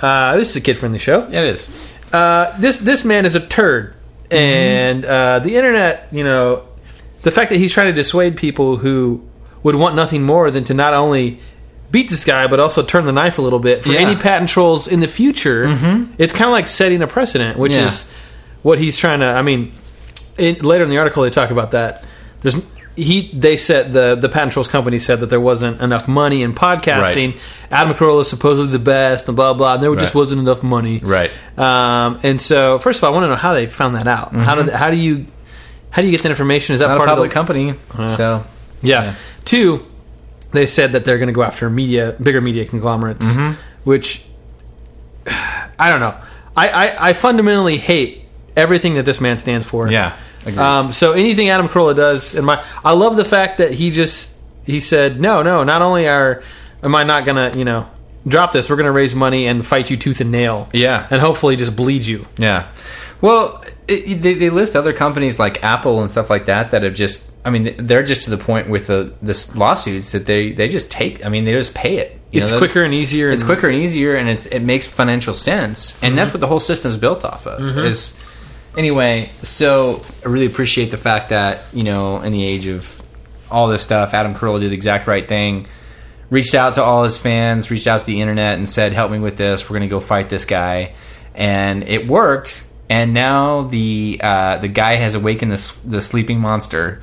[SPEAKER 2] Uh, this is a kid friendly show.
[SPEAKER 1] it is.
[SPEAKER 2] Uh, this this man is a turd,
[SPEAKER 1] Mm-hmm.
[SPEAKER 2] and uh, the internet, you know, the fact that he's trying to dissuade people who would want nothing more than to not only beat this guy but also turn the knife a little bit for
[SPEAKER 1] Yeah. Mm-hmm.
[SPEAKER 2] any patent trolls in the future. It's kind of like setting a precedent, which
[SPEAKER 1] Yeah.
[SPEAKER 2] is what he's trying to. I mean, in, later in the article they talk about that. There's he they said the the patent trolls company said that there wasn't enough money in podcasting. Adam Carolla is supposedly the best and blah blah. And there just
[SPEAKER 1] Right.
[SPEAKER 2] wasn't enough money.
[SPEAKER 1] Right.
[SPEAKER 2] Um, and so, first of all, I want to know how they found that out. How did how do you how do you get that information? Is that
[SPEAKER 1] Mm-hmm. Not a public
[SPEAKER 2] part of the
[SPEAKER 1] company. So,
[SPEAKER 2] yeah.
[SPEAKER 1] yeah.
[SPEAKER 2] Two, they said that they're going to go after media, bigger media conglomerates,
[SPEAKER 1] Mm-hmm.
[SPEAKER 2] which I don't know. I, I I fundamentally hate everything that this man stands for.
[SPEAKER 1] Agreed.
[SPEAKER 2] Um, so anything Adam Carolla does, and my I love the fact that he just he said no, no. Not only are am I not gonna you know drop this, we're gonna raise money and fight you tooth and nail.
[SPEAKER 1] Yeah.
[SPEAKER 2] and hopefully just bleed you.
[SPEAKER 1] Yeah. Well, it, it- they, they list other companies like Apple and stuff like that that have just, I mean, they're just to the point with the this lawsuits that they, they just take, I mean, they just pay it. You
[SPEAKER 2] it's
[SPEAKER 1] know, those-
[SPEAKER 2] quicker and easier.
[SPEAKER 1] It's
[SPEAKER 2] and- Mm-hmm.
[SPEAKER 1] quicker and easier, and it's, it makes financial sense. And that's what the whole system's built off of. Is anyway. So I really appreciate the fact that you know, in the age of all this stuff. Adam Carolla did the exact right thing. Reached out to all his fans, reached out to the internet, and said, "Help me with this. We're going to go fight this guy," and it worked. And now the uh, the guy has awakened the, s- the sleeping monster,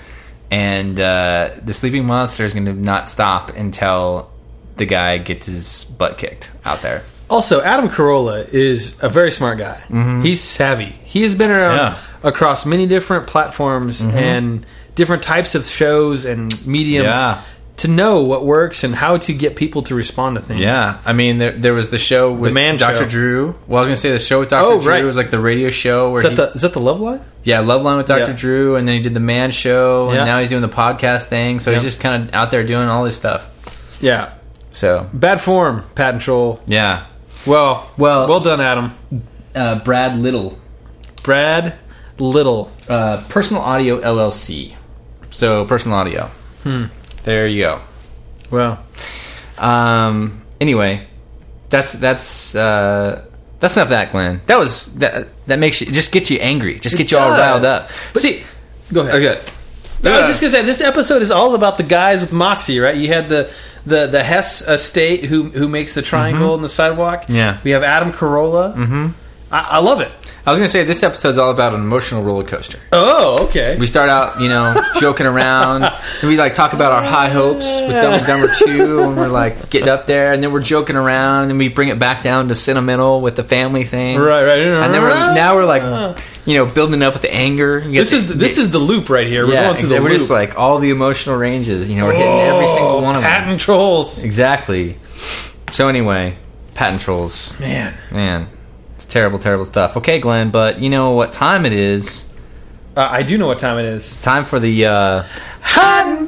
[SPEAKER 1] and uh, the sleeping monster is going to not stop until the guy gets his butt kicked out there.
[SPEAKER 2] Also, Adam Carolla is a very smart guy. He's savvy. He has been around
[SPEAKER 1] Mm-hmm. Yeah. Mm-hmm.
[SPEAKER 2] across many different platforms and different types of shows and mediums
[SPEAKER 1] Yeah.
[SPEAKER 2] to know what works and how to get people to respond to things.
[SPEAKER 1] Yeah, I mean, there, there was the show with
[SPEAKER 2] Man
[SPEAKER 1] Dr.
[SPEAKER 2] Show.
[SPEAKER 1] Drew. Well, I was gonna say the show with Dr.
[SPEAKER 2] Oh,
[SPEAKER 1] Drew
[SPEAKER 2] right.
[SPEAKER 1] was like the radio show where
[SPEAKER 2] Is that
[SPEAKER 1] he,
[SPEAKER 2] the is that the love line?
[SPEAKER 1] yeah, Love Line with Dr.
[SPEAKER 2] Yeah.
[SPEAKER 1] Drew, and then he did the Man Show, and
[SPEAKER 2] Yeah.
[SPEAKER 1] now he's doing the podcast thing. So he's
[SPEAKER 2] Yeah.
[SPEAKER 1] just kind of out there doing all this stuff.
[SPEAKER 2] Yeah.
[SPEAKER 1] So
[SPEAKER 2] Bad form, Pat and Troll.
[SPEAKER 1] yeah,
[SPEAKER 2] Well,
[SPEAKER 1] Well-
[SPEAKER 2] well done, Adam.
[SPEAKER 1] uh, Brad Little,
[SPEAKER 2] Brad Little.
[SPEAKER 1] uh, Personal Audio LLC. So Personal Audio. Hmm. There you go.
[SPEAKER 2] Well,
[SPEAKER 1] Um. Anyway, that's that's uh, that's not that, Glenn. That was that. That makes you just get you angry. Just get you all
[SPEAKER 2] does.
[SPEAKER 1] riled up. See,
[SPEAKER 2] go ahead.
[SPEAKER 1] okay.
[SPEAKER 2] I was just gonna say this episode is all about the guys with Moxie, right? You had the the the Hess estate who who makes the triangle on the sidewalk.
[SPEAKER 1] Mm-hmm. Yeah.
[SPEAKER 2] we have Adam Carolla. Mm-hmm. I, I love it.
[SPEAKER 1] I was gonna say this episode's all about an emotional roller coaster.
[SPEAKER 2] Oh, okay.
[SPEAKER 1] We start out, you know, joking around, and we like talk about our high hopes with Dumb and Dumber Two, and we're like getting up there, and then we're joking around, and then we bring it back down to sentimental with the family thing,
[SPEAKER 2] Right, right. Uh-huh.
[SPEAKER 1] And then we're now we're like, you know, building up with the anger. You get
[SPEAKER 2] this is the, this is the loop right here. We're
[SPEAKER 1] yeah,
[SPEAKER 2] going through
[SPEAKER 1] exactly.
[SPEAKER 2] the
[SPEAKER 1] we're
[SPEAKER 2] loop.
[SPEAKER 1] just like all the emotional ranges. You know, we're hitting every single one of them.
[SPEAKER 2] Patent trolls.
[SPEAKER 1] Exactly. So anyway, patent trolls.
[SPEAKER 2] Man,
[SPEAKER 1] Man, it's terrible, terrible stuff. Okay, Glenn, but you know what time it is?
[SPEAKER 2] uh, I do know what time it is.
[SPEAKER 1] It's time for the uh, hot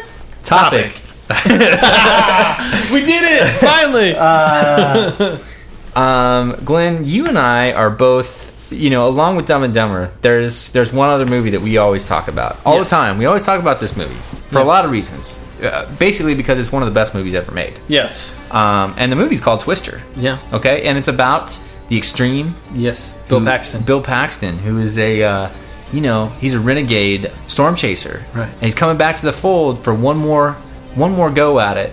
[SPEAKER 1] button topic.
[SPEAKER 2] We did it finally.
[SPEAKER 1] Uh, Um, Glenn, you and I are both, you know, along with Dumb and Dumber. There's there's one other movie that we always talk about all
[SPEAKER 2] Yes.
[SPEAKER 1] the time. We always talk about this movie for a lot of reasons. Uh, basically, because it's one of the best movies ever made.
[SPEAKER 2] yes.
[SPEAKER 1] Um, and the movie's called Twister.
[SPEAKER 2] Yeah.
[SPEAKER 1] Okay, and it's about the extreme
[SPEAKER 2] Yes. Bill
[SPEAKER 1] who-
[SPEAKER 2] Paxton.
[SPEAKER 1] Mm. Bill Paxton, who is a, uh, you know, he's a renegade storm chaser,
[SPEAKER 2] Right.
[SPEAKER 1] And he's coming back to the fold for one more, one more go at it,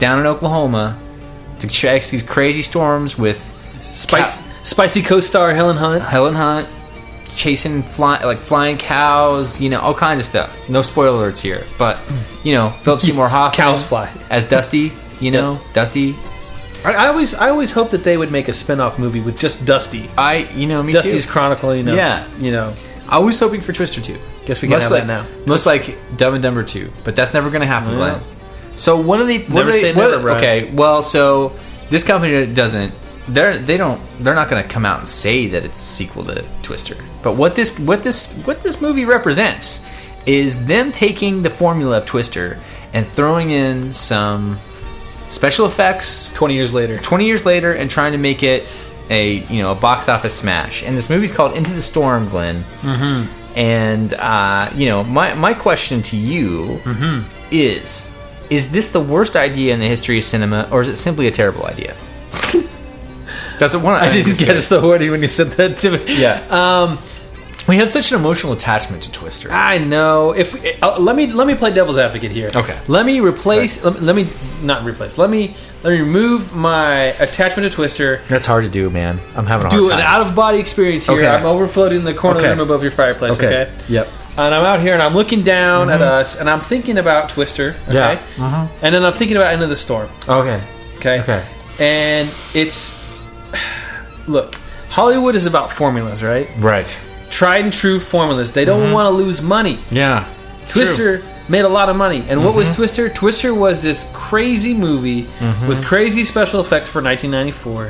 [SPEAKER 1] down in Oklahoma, to chase these crazy storms with
[SPEAKER 2] Spice, spicy co-star Helen Hunt.
[SPEAKER 1] Helen Hunt, chasing fly, like flying cows, you know, all kinds of stuff. No spoiler alerts here, but you know, Philip Seymour Hoffman,
[SPEAKER 2] Cows fly.
[SPEAKER 1] as Dusty, you know, Dusty.
[SPEAKER 2] I, I always I always hoped that they would make a spin-off movie with just Dusty.
[SPEAKER 1] I, you know, me too.
[SPEAKER 2] Dusty's chronicling. Of,
[SPEAKER 1] Yeah.
[SPEAKER 2] you know.
[SPEAKER 1] I was hoping for Twister 2.
[SPEAKER 2] Guess we can have
[SPEAKER 1] like,
[SPEAKER 2] that now.
[SPEAKER 1] Most like Dumb and Dumber 2, but that's never going to happen,
[SPEAKER 2] Yeah.
[SPEAKER 1] Glenn. So what are they? What
[SPEAKER 2] Never
[SPEAKER 1] are they,
[SPEAKER 2] say
[SPEAKER 1] what-
[SPEAKER 2] never, Brian.
[SPEAKER 1] Okay, well, so this company doesn't. They're they don't they're not going to come out and say that it's a sequel to Twister. But what this what this what this movie represents is them taking the formula of Twister and throwing in some special effects,
[SPEAKER 2] 20 years later.
[SPEAKER 1] 20 years later and trying to make it a you know a box office smash and this movie's called into the storm glenn mm-hmm. and uh, you know my, my question to you is is this the worst idea in the history of cinema or is it simply a terrible idea that's what one
[SPEAKER 2] I didn't catch the word when you said that to me.
[SPEAKER 1] Yeah.
[SPEAKER 2] Um,
[SPEAKER 1] we have such an emotional attachment to twister
[SPEAKER 2] I know. If uh, let me let me play devil's advocate here.
[SPEAKER 1] Okay.
[SPEAKER 2] Let me replace. Let, me, let me not replace. Let me let me remove my attachment to Twister.
[SPEAKER 1] that's hard to do man i'm having a
[SPEAKER 2] Do
[SPEAKER 1] hard
[SPEAKER 2] an
[SPEAKER 1] time
[SPEAKER 2] out of body experience here.
[SPEAKER 1] Okay.
[SPEAKER 2] I'm overfloating the corner
[SPEAKER 1] Okay.
[SPEAKER 2] of the room above your fireplace. Okay.
[SPEAKER 1] yep
[SPEAKER 2] And I'm out here and I'm looking down at us and I'm thinking about Twister. Okay.
[SPEAKER 1] Yeah. Mhm.
[SPEAKER 2] And then I'm thinking about End of the Storm.
[SPEAKER 1] okay
[SPEAKER 2] Okay.
[SPEAKER 1] Okay.
[SPEAKER 2] And it's look, Hollywood is about formulas, right?
[SPEAKER 1] right
[SPEAKER 2] Tried and true formulas. They don't want to lose money.
[SPEAKER 1] yeah
[SPEAKER 2] Twister made a lot of money. And what was Twister? Twister was this crazy movie with crazy special effects for 1994.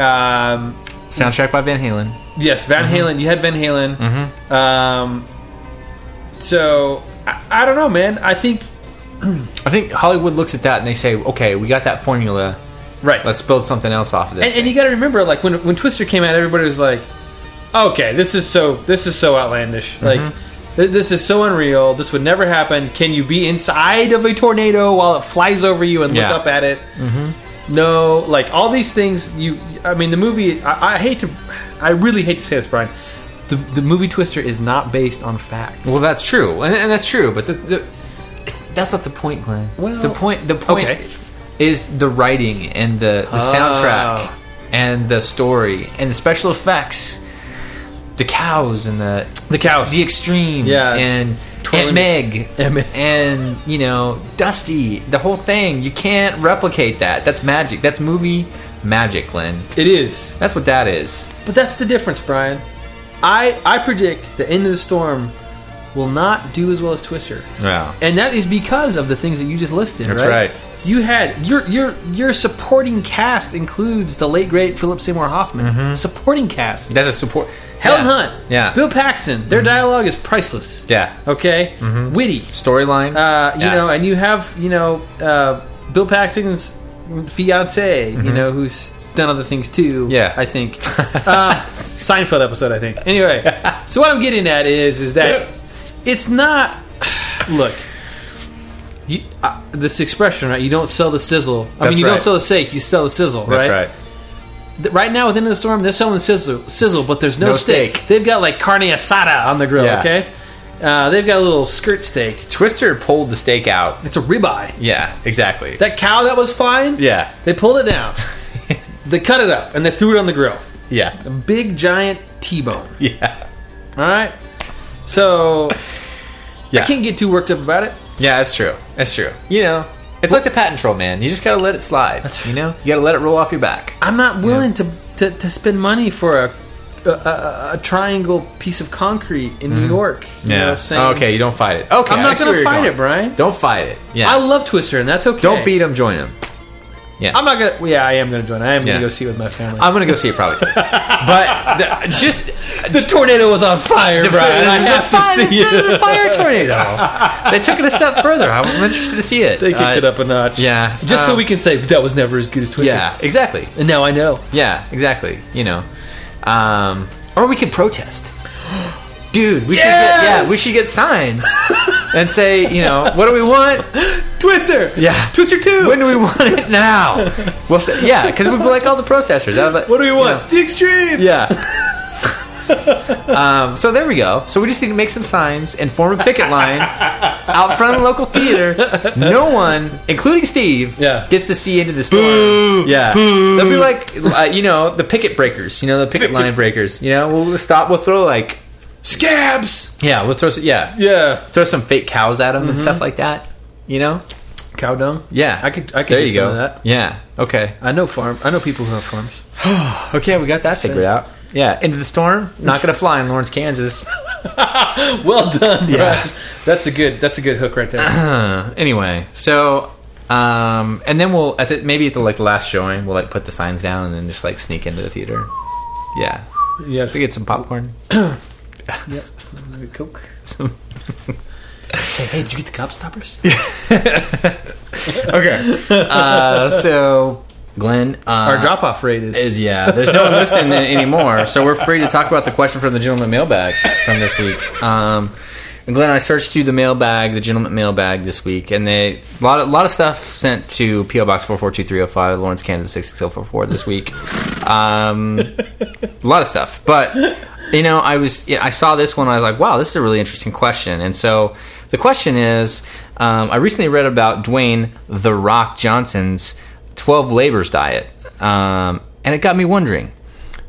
[SPEAKER 2] Um,
[SPEAKER 1] soundtrack by van halen
[SPEAKER 2] yes, Van Halen. You had Van Halen. Um, so I, I don't know, man. I think
[SPEAKER 1] i think hollywood looks at that and they say okay we got that formula
[SPEAKER 2] right.
[SPEAKER 1] let's build something else off of this.
[SPEAKER 2] and, and you got to remember, like when when Twister came out, everybody was like, "Okay, this is so this is so outlandish. Like, th- this is so unreal. This would never happen. Can you be inside of a tornado while it flies over you and
[SPEAKER 1] Yeah.
[SPEAKER 2] look up at it? Mm-hmm. No, like all these things. You, I mean, the movie. I, I hate to, I really hate to say this, Brian. the, the movie Twister is not based on fact.
[SPEAKER 1] Well, that's true, and, and that's true. But the, the it's, that's not the point, Glenn.
[SPEAKER 2] Well,
[SPEAKER 1] the point the point
[SPEAKER 2] okay.
[SPEAKER 1] is the writing and the, the soundtrack
[SPEAKER 2] Oh.
[SPEAKER 1] and the story and the special effects, the cows and the
[SPEAKER 2] The cows.
[SPEAKER 1] the extreme,
[SPEAKER 2] Yeah.
[SPEAKER 1] and
[SPEAKER 2] Twirling-
[SPEAKER 1] Aunt Meg,
[SPEAKER 2] Aunt Meg.
[SPEAKER 1] and you know Dusty, the whole thing. You can't replicate that. That's magic. That's movie magic, Glenn.
[SPEAKER 2] it is.
[SPEAKER 1] That's what that is.
[SPEAKER 2] But that's the difference, Brian. I I predict the end of the storm will not do as well as Twister.
[SPEAKER 1] Yeah.
[SPEAKER 2] And that is because of the things that you just listed.
[SPEAKER 1] That's right.
[SPEAKER 2] right. You had your your your supporting cast includes the late great Philip Seymour Hoffman. Supporting cast.
[SPEAKER 1] Mm-hmm. That's a support.
[SPEAKER 2] Helen
[SPEAKER 1] Yeah.
[SPEAKER 2] Hunt.
[SPEAKER 1] Yeah. Mm-hmm.
[SPEAKER 2] Bill Paxton. Their dialogue is priceless.
[SPEAKER 1] Yeah. Mm-hmm.
[SPEAKER 2] Okay. Witty.
[SPEAKER 1] Storyline.
[SPEAKER 2] Uh, you
[SPEAKER 1] Yeah.
[SPEAKER 2] know, and you have you know uh, Bill Paxton's fiance, you know, who's done other things too.
[SPEAKER 1] Mm-hmm. Yeah.
[SPEAKER 2] I think uh, Seinfeld episode. I think anyway. so what I'm getting at is is that it's not. Look, you, uh, this expression, right? You don't sell the sizzle. I mean,
[SPEAKER 1] That's
[SPEAKER 2] you don't
[SPEAKER 1] right.
[SPEAKER 2] sell the steak. You sell the sizzle,
[SPEAKER 1] That's
[SPEAKER 2] right?
[SPEAKER 1] right.
[SPEAKER 2] Th- Right now, within the storm, they're selling sizzle, sizzle, but there's no,
[SPEAKER 1] No
[SPEAKER 2] steak.
[SPEAKER 1] steak.
[SPEAKER 2] They've got like carne asada on the grill.
[SPEAKER 1] Yeah.
[SPEAKER 2] Okay, uh, they've got a little skirt steak.
[SPEAKER 1] Twister pulled the steak out.
[SPEAKER 2] It's a ribeye.
[SPEAKER 1] Yeah, exactly.
[SPEAKER 2] That cow that was fine,
[SPEAKER 1] yeah,
[SPEAKER 2] they pulled it down. they cut it up and they threw it on the grill.
[SPEAKER 1] yeah,
[SPEAKER 2] Big giant T-bone.
[SPEAKER 1] yeah,
[SPEAKER 2] All right. So
[SPEAKER 1] yeah.
[SPEAKER 2] I can't get too worked up about it.
[SPEAKER 1] yeah, that's true. That's true. You know, it's like the patent troll, man. You just gotta let it slide.
[SPEAKER 2] That's-
[SPEAKER 1] you know, you gotta let it roll off your back.
[SPEAKER 2] I'm not willing to, to to spend money for a a, a, a triangle piece of concrete in New York. You know what I'm saying?
[SPEAKER 1] Mm-hmm. okay, you don't fight it. Okay,
[SPEAKER 2] I'm
[SPEAKER 1] I
[SPEAKER 2] not
[SPEAKER 1] see where
[SPEAKER 2] gonna
[SPEAKER 1] you're
[SPEAKER 2] fight
[SPEAKER 1] going.
[SPEAKER 2] it, Brian.
[SPEAKER 1] Don't fight it. Yeah.
[SPEAKER 2] I love Twister, and that's okay.
[SPEAKER 1] don't beat him. Join him.
[SPEAKER 2] I'm not gonna. well, Yeah, I am gonna join. I am
[SPEAKER 1] Yeah.
[SPEAKER 2] gonna go see it with my family.
[SPEAKER 1] I'm gonna go see it probably. too. but the, just
[SPEAKER 2] the tornado was on fire, Brian. I have to see it.
[SPEAKER 1] The fire tornado. they took it a step further. I'm interested to see it.
[SPEAKER 2] They kicked
[SPEAKER 1] Uh,
[SPEAKER 2] it up a notch.
[SPEAKER 1] yeah,
[SPEAKER 2] Just so
[SPEAKER 1] um,
[SPEAKER 2] we can say that was never as good as Twister.
[SPEAKER 1] Yeah, exactly.
[SPEAKER 2] And now I know.
[SPEAKER 1] Yeah, exactly. You know, um, or we could protest, dude. We should get,
[SPEAKER 2] Yes!
[SPEAKER 1] yeah, we should get signs and say, you know, what do we want?
[SPEAKER 2] Twister!
[SPEAKER 1] Yeah,
[SPEAKER 2] Twister 2!
[SPEAKER 1] When do we want it now? We'll say, yeah, because we'd be like all the protesters. I'd like-
[SPEAKER 2] what do we want? The extreme!
[SPEAKER 1] Yeah. um, so there we go. So we just need to make some signs and form a picket line out front of the local theater. No one, including Steve,
[SPEAKER 2] Yeah.
[SPEAKER 1] gets to see into the storm. Yeah, they'll be like, uh, you know, the picket breakers. You know, the picket line breakers. You know, we'll stop. We'll throw like,
[SPEAKER 2] Scabs!
[SPEAKER 1] yeah, we'll throw. Some, yeah,
[SPEAKER 2] Yeah.
[SPEAKER 1] throw some fake cows at them and stuff like that. You know,
[SPEAKER 2] Cow dung?
[SPEAKER 1] yeah.
[SPEAKER 2] I could, I could
[SPEAKER 1] there
[SPEAKER 2] get
[SPEAKER 1] you
[SPEAKER 2] some
[SPEAKER 1] go.
[SPEAKER 2] of that.
[SPEAKER 1] Yeah. Okay.
[SPEAKER 2] I know farm. I know people who have farms.
[SPEAKER 1] Okay, we got that figured out. Yeah, into the storm. Not gonna fly in Lawrence, Kansas.
[SPEAKER 2] Well done,
[SPEAKER 1] Yeah.
[SPEAKER 2] Brian. That's a good that's a good hook right there.
[SPEAKER 1] Huh. anyway, so um, and then we'll at the, maybe at the like last showing we'll like put the signs down and then just like sneak into the theater. Yeah,
[SPEAKER 2] yeah.
[SPEAKER 1] to get some popcorn.
[SPEAKER 2] Coke. hey, hey, did you get the cop stoppers?
[SPEAKER 1] Okay. uh, so Glenn, uh,
[SPEAKER 2] Our drop off rate is,
[SPEAKER 1] is yeah. There's no one listening in- anymore, so we're free to talk about the question from the gentleman mailbag from this week. Um, and Glenn, I searched through the mailbag, the gentleman mailbag this week, and they a lot, a lot of stuff sent to PO Box four four two three zero five, Lawrence, Kansas six six zero four four this week. Um, a lot of stuff, but you know, I was yeah, I saw this one, I was like, wow, this is a really interesting question, and so. The question is, um, I recently read about Dwayne the Rock Johnson's 12 labors diet. Um, and it got me wondering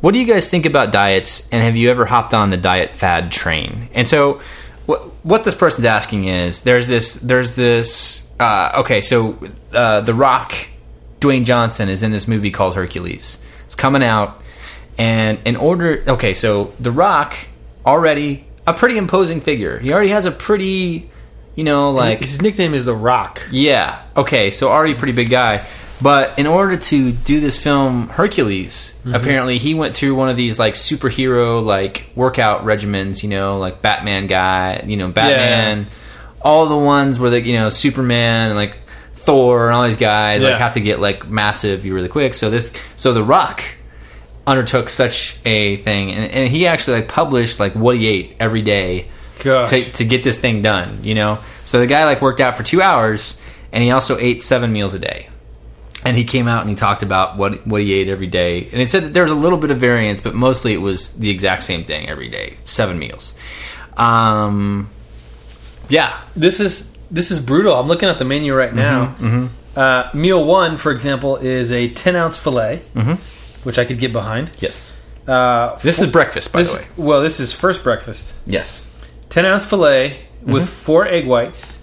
[SPEAKER 1] what do you guys think about diets and have you ever hopped on the diet fad train? And so what what this person's asking is there's this there's this uh, okay, so uh, The Rock Dwayne Johnson is in this movie called Hercules. It's coming out and in order okay, so The Rock already a pretty imposing figure. He already has a pretty you know like
[SPEAKER 2] his nickname is the Rock.
[SPEAKER 1] yeah. Okay. So already pretty big guy. But in order to do this film Hercules,
[SPEAKER 2] Mm-hmm.
[SPEAKER 1] apparently he went through one of these like superhero like workout regimens, you know, like Batman guy, you know, Batman, all the ones where the you know, Superman and like Thor and all these guys like
[SPEAKER 2] Yeah.
[SPEAKER 1] have to get like massive you really quick. So this so the rock undertook such a thing and, and he actually like published like what he ate every day
[SPEAKER 2] Gosh.
[SPEAKER 1] to, to get this thing done, you know? So the guy like worked out for two hours and he also ate seven meals a day. and he came out and he talked about what what he ate every day, and it said that there was a little bit of variance, but mostly it was the exact same thing every day, seven meals. Um, yeah,
[SPEAKER 2] This is this is brutal. I'm looking at the menu right now. Uh, meal one, for example, is a 10 ounce filet, which I could get behind.
[SPEAKER 1] yes.
[SPEAKER 2] Uh,
[SPEAKER 1] This is breakfast, by
[SPEAKER 2] this,
[SPEAKER 1] the way.
[SPEAKER 2] well, this is first breakfast.
[SPEAKER 1] Yes.
[SPEAKER 2] 10 ounce filet
[SPEAKER 1] Mm-hmm.
[SPEAKER 2] with four egg whites,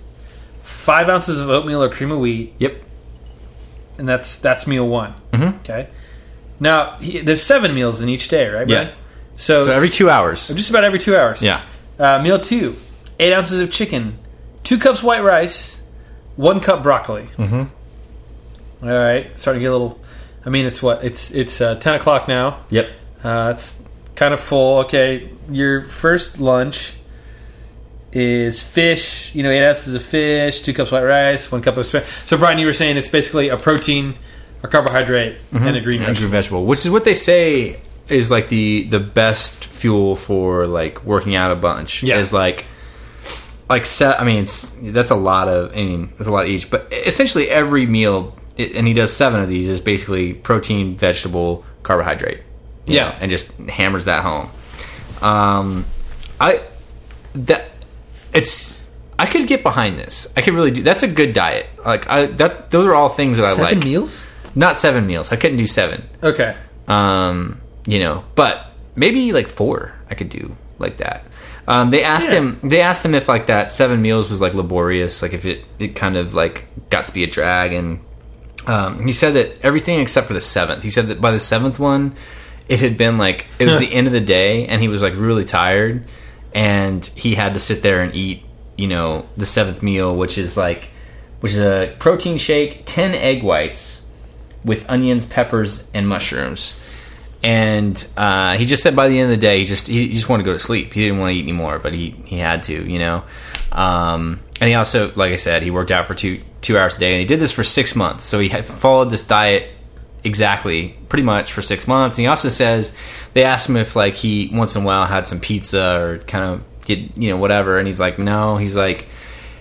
[SPEAKER 2] five ounces of oatmeal or cream of wheat,
[SPEAKER 1] Yep.
[SPEAKER 2] and that's that's meal one.
[SPEAKER 1] Mm-hmm.
[SPEAKER 2] Okay. Now he, there's seven meals in each day, right?
[SPEAKER 1] Yeah.
[SPEAKER 2] Brad? So,
[SPEAKER 1] So every two hours.
[SPEAKER 2] just about every two hours.
[SPEAKER 1] Yeah.
[SPEAKER 2] Uh, meal two, eight ounces of chicken, two cups white rice, one cup broccoli. Mm-hmm.
[SPEAKER 1] Mm-hmm.
[SPEAKER 2] right, starting to get a little. I mean, it's what it's it's uh, ten o'clock now.
[SPEAKER 1] Yep.
[SPEAKER 2] Uh, it's kind of full. Okay, your first lunch is fish. You know, eight ounces of fish, two cups white rice, one cup of spam. So, Brian, you were saying it's basically a protein, a carbohydrate, and a green
[SPEAKER 1] Mm-hmm. And
[SPEAKER 2] vegetable.
[SPEAKER 1] green vegetable, which is what they say is like the the best fuel for like working out a bunch.
[SPEAKER 2] Yeah.
[SPEAKER 1] Is like like set. I mean, it's, that's a lot of. I mean, that's a lot each. But essentially, every meal, i- and he does seven of these, is basically protein, vegetable, carbohydrate. you
[SPEAKER 2] Yeah.
[SPEAKER 1] know, and just hammers that home. Um, I that it's. I could get behind this. I could really do. That's a good diet. Like I, that those are all things that I
[SPEAKER 2] Seven
[SPEAKER 1] like.
[SPEAKER 2] meals.
[SPEAKER 1] Not seven meals. I couldn't do seven
[SPEAKER 2] Okay.
[SPEAKER 1] um, you know, but maybe like four I could do like that. Um, they asked
[SPEAKER 2] Yeah.
[SPEAKER 1] him. They asked him if like that seven meals was like laborious, like if it it kind of like got to be a drag. And um, he said that everything except for the seventh. He said that by the seventh one, it had been like it was the end of the day, and he was like really tired, and he had to sit there and eat. You know, the seventh meal, which is like, which is a protein shake, ten egg whites, with onions, peppers, and mushrooms. And uh, he just said by the end of the day, he just he, he just wanted to go to sleep. He didn't want to eat anymore, but he, he had to, you know. Um, and he also, like I said, he worked out for two two hours a day, and he did this for six months. So he had followed this diet exactly, pretty much for six months. And he also says they asked him if like he once in a while had some pizza or kind of did you know whatever, and he's like, no, he's like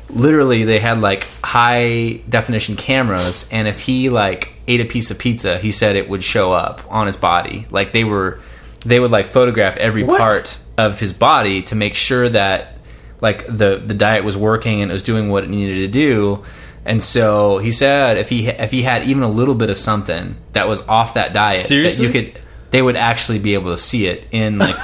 [SPEAKER 1] literally they had like high definition cameras and if he like ate a piece of pizza he said it would show up on his body like they were they would like photograph every
[SPEAKER 2] What?
[SPEAKER 1] part of his body to make sure that like the the diet was working and it was doing what it needed to do and so he said if he if he had even a little bit of something that was off that diet
[SPEAKER 2] Seriously?
[SPEAKER 1] that you could they would actually be able to see it in like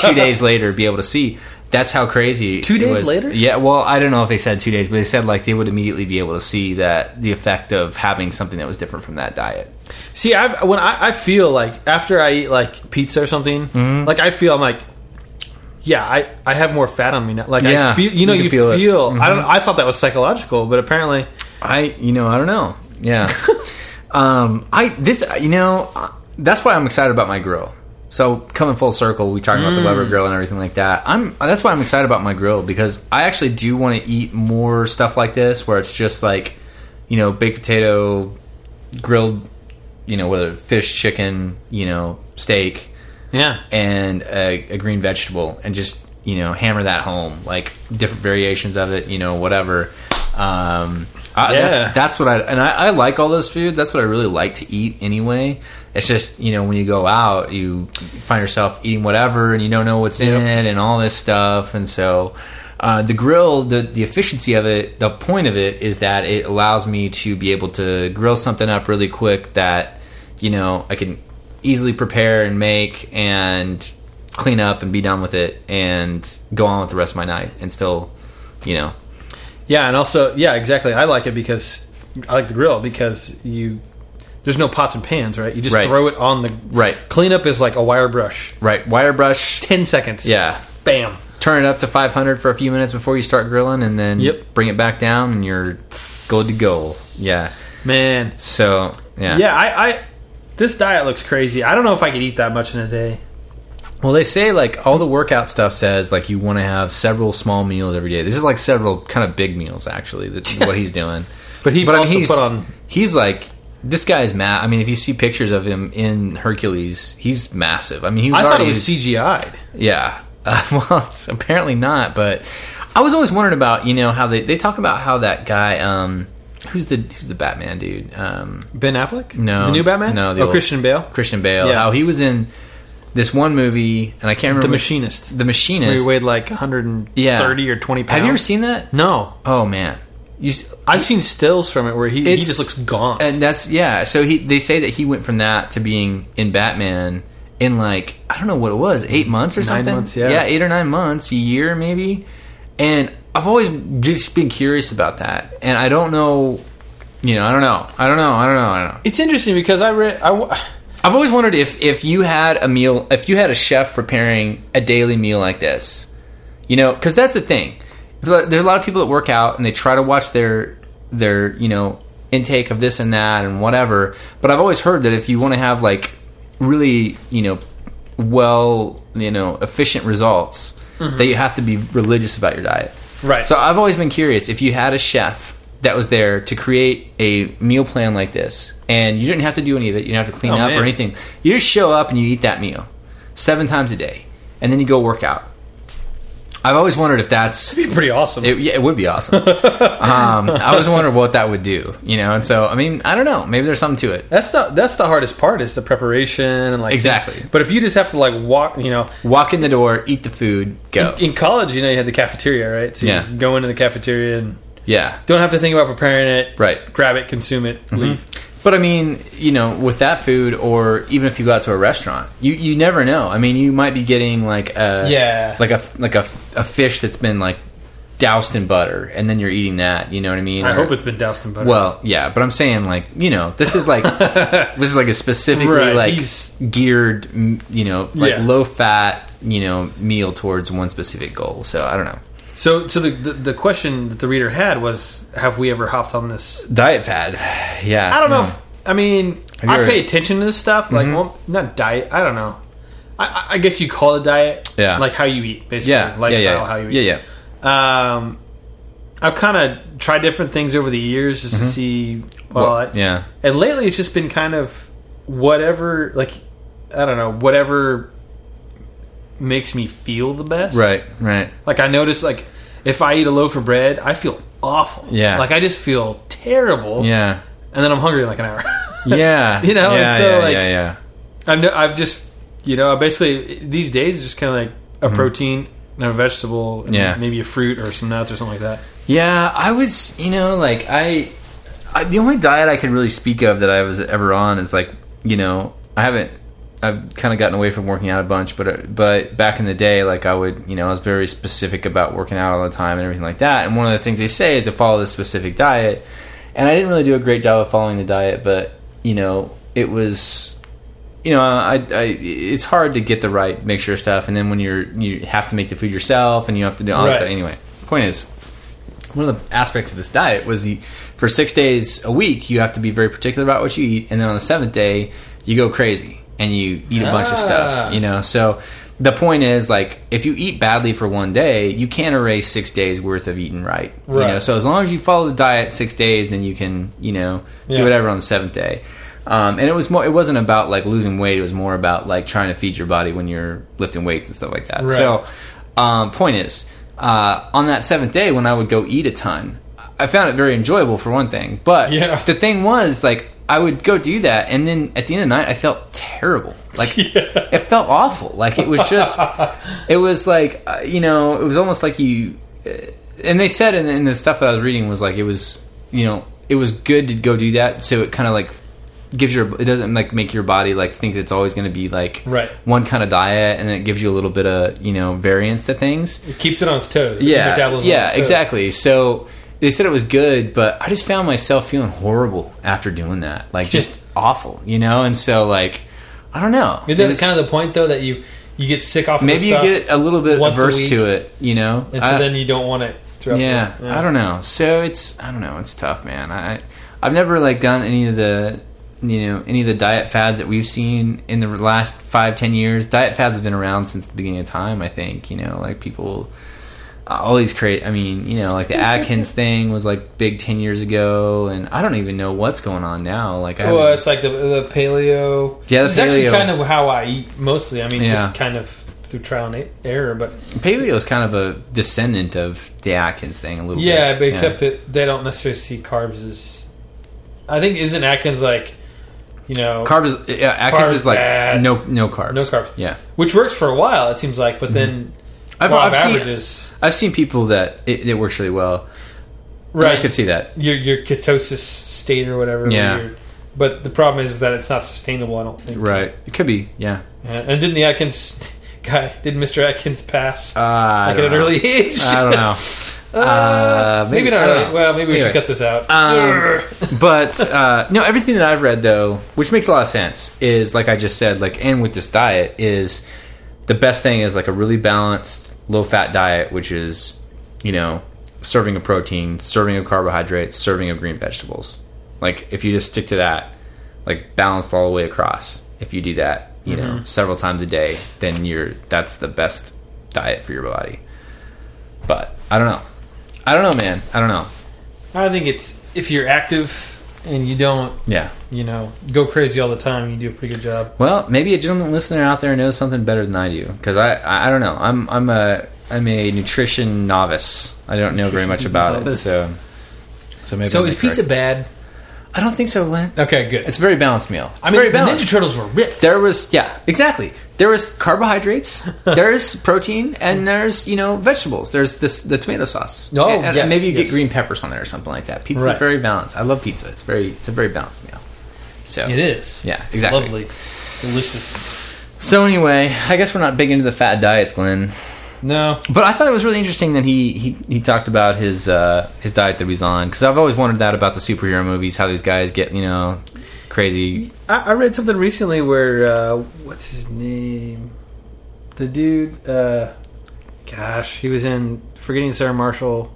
[SPEAKER 1] two days later be able to see that's how crazy
[SPEAKER 2] Two
[SPEAKER 1] it
[SPEAKER 2] days
[SPEAKER 1] was.
[SPEAKER 2] later?
[SPEAKER 1] yeah well i don't know if they said two days but they said like they would immediately be able to see that the effect of having something that was different from that diet
[SPEAKER 2] See, I when I, I feel like after I eat like pizza or something,
[SPEAKER 1] Mm-hmm.
[SPEAKER 2] like I feel I'm like, yeah, I, I have more fat on me now. Like I
[SPEAKER 1] Yeah,
[SPEAKER 2] feel, you know,
[SPEAKER 1] you
[SPEAKER 2] you,
[SPEAKER 1] can feel
[SPEAKER 2] feel.
[SPEAKER 1] it. Mm-hmm.
[SPEAKER 2] I don't. I thought that was psychological, but apparently,
[SPEAKER 1] i you know i don't know yeah um i this you know uh, that's why i'm excited about my grill so coming full circle we talking about the weber grill and everything like that i'm that's why i'm excited about my grill because i actually do want to eat more stuff like this where it's just like you know baked potato grilled you know whether fish chicken you know steak
[SPEAKER 2] yeah,
[SPEAKER 1] and a, a green vegetable and just you know hammer that home like different variations of it you know whatever um I,
[SPEAKER 2] Yeah.
[SPEAKER 1] that's, that's what i and I, I like all those foods that's what i really like to eat anyway it's just you know when you go out you find yourself eating whatever and you don't know what's in it and all this stuff and so uh, the grill the, the efficiency of it the point of it is that it allows me to be able to grill something up really quick that you know i can easily prepare and make and clean up and be done with it and go on with the rest of my night and still you know
[SPEAKER 2] yeah, and also, yeah, exactly. I like it because I like the grill because you there's no pots and pans, right? You just
[SPEAKER 1] Right.
[SPEAKER 2] throw it on the
[SPEAKER 1] Right.
[SPEAKER 2] Cleanup is like a wire brush,
[SPEAKER 1] right wire brush
[SPEAKER 2] ten seconds.
[SPEAKER 1] yeah
[SPEAKER 2] bam.
[SPEAKER 1] turn it up to 500 for a few minutes before you start grilling and then
[SPEAKER 2] Yep.
[SPEAKER 1] bring it back down and you're good to go yeah
[SPEAKER 2] Man,
[SPEAKER 1] so yeah
[SPEAKER 2] yeah, I, I this diet looks crazy. I don't know if I could eat that much in a day.
[SPEAKER 1] well they say like all the workout stuff says like you want to have several small meals every day this is like several kind of big meals actually that's what he's doing
[SPEAKER 2] But he
[SPEAKER 1] I mean,
[SPEAKER 2] also
[SPEAKER 1] he's-
[SPEAKER 2] put on
[SPEAKER 1] He's like this guy's mad. I mean, if you see pictures of him in Hercules, he's massive. I mean, he was
[SPEAKER 2] I thought
[SPEAKER 1] already,
[SPEAKER 2] it was CGI'd.
[SPEAKER 1] yeah. Uh, well, it's apparently not. But I was always wondering about you know how they they talk about how that guy um who's the who's the Batman dude? Um,
[SPEAKER 2] Ben Affleck?
[SPEAKER 1] No.
[SPEAKER 2] The new Batman?
[SPEAKER 1] No, the
[SPEAKER 2] Oh,
[SPEAKER 1] old-
[SPEAKER 2] Christian Bale?
[SPEAKER 1] Christian Bale.
[SPEAKER 2] Yeah.
[SPEAKER 1] How he was in this one movie, and I can't remember
[SPEAKER 2] The Machinist.
[SPEAKER 1] The
[SPEAKER 2] Where he
[SPEAKER 1] Machinist.
[SPEAKER 2] weighed like 130
[SPEAKER 1] Yeah.
[SPEAKER 2] or 20 pounds.
[SPEAKER 1] Have you ever seen that?
[SPEAKER 2] No.
[SPEAKER 1] Oh man, you. s-
[SPEAKER 2] I've seen stills from it where he, he
[SPEAKER 1] It's-
[SPEAKER 2] just looks gaunt.
[SPEAKER 1] And that's yeah. So he they say that he went from that to being in Batman in like I don't know what it was, eight months or something.
[SPEAKER 2] months, yeah.
[SPEAKER 1] yeah, eight or nine months, a year maybe. And I've always just been curious about that, and I don't know. You know, I don't know. I don't know. I don't know. I don't know.
[SPEAKER 2] it's interesting because I read. I, w-
[SPEAKER 1] I've always wondered if if you had a meal, if you had a chef preparing a daily meal like this, you know, because that's the thing. There there are a lot of people that work out and they try to watch their their you know intake of this and that and whatever. But I've always heard that if you want to have like really you know well you know efficient results, that you have to be religious about your diet.
[SPEAKER 2] Right.
[SPEAKER 1] So I've always been curious if you had a chef that was there to create a meal plan like this, and you didn't have to do any of it, you didn't have to clean
[SPEAKER 2] Oh,
[SPEAKER 1] up
[SPEAKER 2] man.
[SPEAKER 1] or anything. You just show up and you eat that meal seven times a day, and then you go work out. I've always wondered if that's
[SPEAKER 2] It'd be pretty awesome.
[SPEAKER 1] it, yeah, it would be awesome. um, I always wondered what that would do, you know. And so, I mean, I don't know. Maybe there's something to it.
[SPEAKER 2] that's the that's the hardest part is the preparation and like
[SPEAKER 1] Exactly.
[SPEAKER 2] But if you just have to like walk, you know,
[SPEAKER 1] Walk in the door, eat the food, go.
[SPEAKER 2] in college, you know, you had the cafeteria, right? So you
[SPEAKER 1] Yeah.
[SPEAKER 2] just go into the cafeteria and
[SPEAKER 1] Yeah,
[SPEAKER 2] don't have to think about preparing it.
[SPEAKER 1] right. Mm-hmm.
[SPEAKER 2] Grab it, consume it, leave.
[SPEAKER 1] But I mean, you know, with that food, or even if you go out to a restaurant, you, you never know. I mean, you might be getting like a
[SPEAKER 2] Yeah.
[SPEAKER 1] like a like a, a fish that's been like doused in butter, and then you're eating that. You know what I mean?
[SPEAKER 2] I
[SPEAKER 1] Or-
[SPEAKER 2] hope it's been doused in butter.
[SPEAKER 1] well, yeah. But I'm saying like you know, this is like this is like a specifically
[SPEAKER 2] Right,
[SPEAKER 1] like
[SPEAKER 2] he's-
[SPEAKER 1] geared m- you know like
[SPEAKER 2] Yeah.
[SPEAKER 1] low fat you know meal towards one specific goal. So I don't know.
[SPEAKER 2] so so the, the the question that the reader had was, have we ever hopped on this
[SPEAKER 1] Diet fad, yeah. Hmm.
[SPEAKER 2] I don't know.
[SPEAKER 1] No.
[SPEAKER 2] If, I mean,
[SPEAKER 1] Have you
[SPEAKER 2] I
[SPEAKER 1] ever- Mm-hmm.
[SPEAKER 2] pay attention to this stuff. Like, well, not diet. I don't know. I- I, I guess you call it diet.
[SPEAKER 1] Yeah.
[SPEAKER 2] Like how you eat, basically.
[SPEAKER 1] Yeah, yeah,
[SPEAKER 2] Lifestyle,
[SPEAKER 1] yeah, yeah.
[SPEAKER 2] how you
[SPEAKER 1] Yeah,
[SPEAKER 2] eat.
[SPEAKER 1] yeah.
[SPEAKER 2] yeah. Um, I've kind of tried different things over the years just to see. Well, I,
[SPEAKER 1] Mm-hmm. yeah.
[SPEAKER 2] And lately, it's just been kind of whatever. Like, I don't know. Whatever makes me feel the best.
[SPEAKER 1] Right, right.
[SPEAKER 2] Like I notice, like if I eat a loaf of bread, I feel awful.
[SPEAKER 1] Yeah.
[SPEAKER 2] Like I just feel terrible.
[SPEAKER 1] Yeah.
[SPEAKER 2] And then I'm hungry in like an hour.
[SPEAKER 1] Yeah.
[SPEAKER 2] You know, and
[SPEAKER 1] yeah,
[SPEAKER 2] so,
[SPEAKER 1] yeah,
[SPEAKER 2] like-
[SPEAKER 1] yeah, yeah.
[SPEAKER 2] I've no, I've just you know basically these days it's just kind of like a protein and a vegetable and
[SPEAKER 1] Mm-hmm. Yeah.
[SPEAKER 2] maybe a fruit or some nuts or something like that.
[SPEAKER 1] Yeah, I was, you know, like I, I the only diet I can really speak of that I was ever on is like, you know, I haven't I've kind of gotten away from working out a bunch, but uh, but back in the day like I would, you know, I was very specific about working out all the time and everything like that. And one of the things they say is to follow this specific diet. And I didn't really do a great job of following the diet, but you know, it was you know, I, I it's hard to get the right mixture of stuff, and then when you're you have to make the food yourself, and you have to do all
[SPEAKER 2] Right.
[SPEAKER 1] that stuff. Anyway, point is, one of the aspects of this diet was you, for six days a week you have to be very particular about what you eat, and then on the seventh day you go crazy and you eat a bunch of
[SPEAKER 2] Ah.
[SPEAKER 1] stuff. You know, so the point is like if you eat badly for one day, you can't erase six days worth of eating right. You know,
[SPEAKER 2] Right.
[SPEAKER 1] so as long as you follow the diet six days, then you can you know
[SPEAKER 2] Yeah.
[SPEAKER 1] do whatever on the seventh day. Um, and it was more. It wasn't about like losing weight. It was more about like trying to feed your body when you're lifting weights and stuff like that. So, um, point is, uh, on that seventh day when I would go eat a ton, I found it very enjoyable for one thing. But
[SPEAKER 2] Yeah.
[SPEAKER 1] the thing was like I would go do that, and then at the end of the night I felt terrible. Like it felt awful. Like it was just, it was like uh, you know, it was almost like you. uh, And they said in, in the stuff that I was reading was like it was you know it was good to go do that, so it kind of like gives your it doesn't like make your body like think that it's always going to be like
[SPEAKER 2] Right.
[SPEAKER 1] one kind of diet, and it gives you a little bit of you know variance to things
[SPEAKER 2] It keeps it on its toes.
[SPEAKER 1] yeah, yeah, exactly. So they said it was good, but I just found myself feeling horrible after doing that, like just awful, you know. And so, like, I don't know.
[SPEAKER 2] Isn't that kind of the point though that you you get sick off?
[SPEAKER 1] Maybe you
[SPEAKER 2] of
[SPEAKER 1] get a little bit
[SPEAKER 2] once a
[SPEAKER 1] averse
[SPEAKER 2] week,
[SPEAKER 1] to it, you know.
[SPEAKER 2] and so
[SPEAKER 1] I-
[SPEAKER 2] then you don't want it. Throughout
[SPEAKER 1] yeah,
[SPEAKER 2] the
[SPEAKER 1] I don't know. So it's I don't know. It's tough, man. I I've never like done any of the you know any of the diet fads that we've seen in the last five ten years. Diet fads have been around since the beginning of time. I think you know like people. uh, All these create. I mean, you know, like the Atkins thing was like big ten years ago, and I don't even know what's going on now. Like, I
[SPEAKER 2] Well,
[SPEAKER 1] haven't-
[SPEAKER 2] it's like the the paleo.
[SPEAKER 1] Yeah, the
[SPEAKER 2] it's actually
[SPEAKER 1] paleo.
[SPEAKER 2] kind of how I eat mostly. I mean,
[SPEAKER 1] Yeah.
[SPEAKER 2] just kind of through trial and e-, error, but
[SPEAKER 1] Paleo is kind of a descendant of the Atkins thing a little
[SPEAKER 2] yeah, but
[SPEAKER 1] bit.
[SPEAKER 2] except that they don't necessarily see carbs as. I think isn't Atkins like, you know,
[SPEAKER 1] carbs. Is, yeah, Atkins
[SPEAKER 2] Carbs
[SPEAKER 1] is like
[SPEAKER 2] bad.
[SPEAKER 1] no no carbs.
[SPEAKER 2] No carbs.
[SPEAKER 1] Yeah,
[SPEAKER 2] which works for a while. It seems like, but then
[SPEAKER 1] Mm-hmm. I've,
[SPEAKER 2] law
[SPEAKER 1] I've
[SPEAKER 2] of
[SPEAKER 1] seen
[SPEAKER 2] averages,
[SPEAKER 1] I've seen people that it, it works really well. And
[SPEAKER 2] right?
[SPEAKER 1] I could see that.
[SPEAKER 2] your your ketosis state or whatever. where
[SPEAKER 1] Yeah.
[SPEAKER 2] you're- But the problem is that it's not sustainable. I don't think.
[SPEAKER 1] Right, it could be. Yeah,
[SPEAKER 2] Yeah, And didn't the Atkins guy? Did Mister Atkins pass
[SPEAKER 1] uh,
[SPEAKER 2] like at an early age?
[SPEAKER 1] I don't know. Uh,
[SPEAKER 2] maybe,
[SPEAKER 1] maybe-
[SPEAKER 2] not.
[SPEAKER 1] I don't
[SPEAKER 2] Really.
[SPEAKER 1] know.
[SPEAKER 2] Well, maybe we should
[SPEAKER 1] Anyway.
[SPEAKER 2] cut this out.
[SPEAKER 1] Um, but uh, no, everything that I've read though, which makes a lot of sense, is like I just said, like and with this diet is the best thing is like a really balanced, low fat diet, which is you know serving of protein, serving of carbohydrates, serving of green vegetables. Like if you just stick to that, like balanced all the way across. If you do that, you know, several times a day, then you're that's the best diet for your body. But I don't know. I don't know, man. I don't know.
[SPEAKER 2] I think it's if you're active and you don't,
[SPEAKER 1] Yeah.
[SPEAKER 2] you know, go crazy all the time, you do a pretty good job.
[SPEAKER 1] Well, maybe a gentleman listener out there knows something better than I do, because I, I I don't know. I'm I'm a I'm a nutrition novice. I don't know very much about
[SPEAKER 2] novice.
[SPEAKER 1] it. So so maybe
[SPEAKER 2] So
[SPEAKER 1] I'm
[SPEAKER 2] is pizza
[SPEAKER 1] incorrect.
[SPEAKER 2] bad?
[SPEAKER 1] I don't think so, Lynn.
[SPEAKER 2] Okay, good.
[SPEAKER 1] It's a very balanced meal. It's
[SPEAKER 2] I mean,
[SPEAKER 1] very
[SPEAKER 2] the
[SPEAKER 1] balanced.
[SPEAKER 2] Ninja Turtles were ripped.
[SPEAKER 1] there was yeah exactly. There was carbohydrates. there's protein, and there's you know vegetables. There's this the tomato sauce.
[SPEAKER 2] Oh,
[SPEAKER 1] and, and
[SPEAKER 2] yes,
[SPEAKER 1] maybe you
[SPEAKER 2] yes.
[SPEAKER 1] get green peppers on there or something like that. Pizza's
[SPEAKER 2] Right.
[SPEAKER 1] very balanced. I love pizza. It's very it's a very balanced meal. So
[SPEAKER 2] It is.
[SPEAKER 1] Yeah, exactly.
[SPEAKER 2] Lovely, delicious.
[SPEAKER 1] So anyway, I guess we're not big into the fat diets, Glenn.
[SPEAKER 2] No,
[SPEAKER 1] But I thought it was really interesting that he he, he talked about his uh, his diet that he's on because I've always wondered that about the superhero movies how these guys get you know crazy.
[SPEAKER 2] I, I read something recently where uh, what's his name? The dude. Uh, gosh, he was in Forgetting Sarah Marshall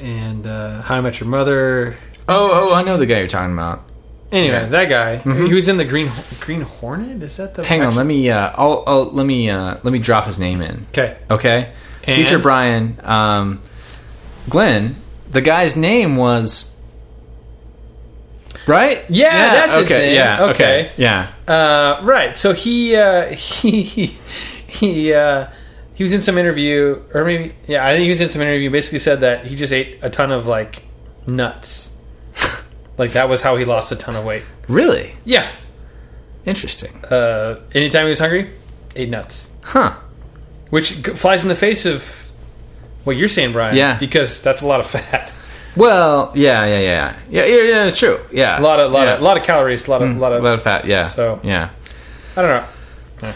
[SPEAKER 2] and uh, How I Met Your Mother.
[SPEAKER 1] Oh oh I know the guy you're talking about.
[SPEAKER 2] Anyway,
[SPEAKER 1] Yeah. Mm-hmm.
[SPEAKER 2] that guy. He was in the Green Green Hornet. Is that the
[SPEAKER 1] Hang on, let me uh, I'll, I'll let me uh, let me drop his name in.
[SPEAKER 2] Okay.
[SPEAKER 1] Okay,
[SPEAKER 2] And-
[SPEAKER 1] future Brian, um, Glenn. The guy's name was right.
[SPEAKER 2] Yeah, that's his name.
[SPEAKER 1] Yeah,
[SPEAKER 2] Okay.
[SPEAKER 1] yeah.
[SPEAKER 2] Uh, right. So he uh, he he uh, he was in some interview, or maybe yeah, I think he was in some interview. Basically, said that he just ate a ton of like nuts. like that was how he lost a ton of weight.
[SPEAKER 1] Really
[SPEAKER 2] Yeah.
[SPEAKER 1] interesting,
[SPEAKER 2] Uh, anytime he was hungry, ate nuts,
[SPEAKER 1] huh?
[SPEAKER 2] which g- flies in the face of what you're saying, Brian.
[SPEAKER 1] Yeah.
[SPEAKER 2] Because that's a lot of fat,
[SPEAKER 1] Well, yeah, yeah, yeah, yeah, yeah, yeah. It's true. Yeah,
[SPEAKER 2] a lot of lot
[SPEAKER 1] yeah. Mm,
[SPEAKER 2] of lot of calories, a lot of lot
[SPEAKER 1] a
[SPEAKER 2] of.
[SPEAKER 1] lot of fat. Yeah,
[SPEAKER 2] So-
[SPEAKER 1] yeah,
[SPEAKER 2] I don't know.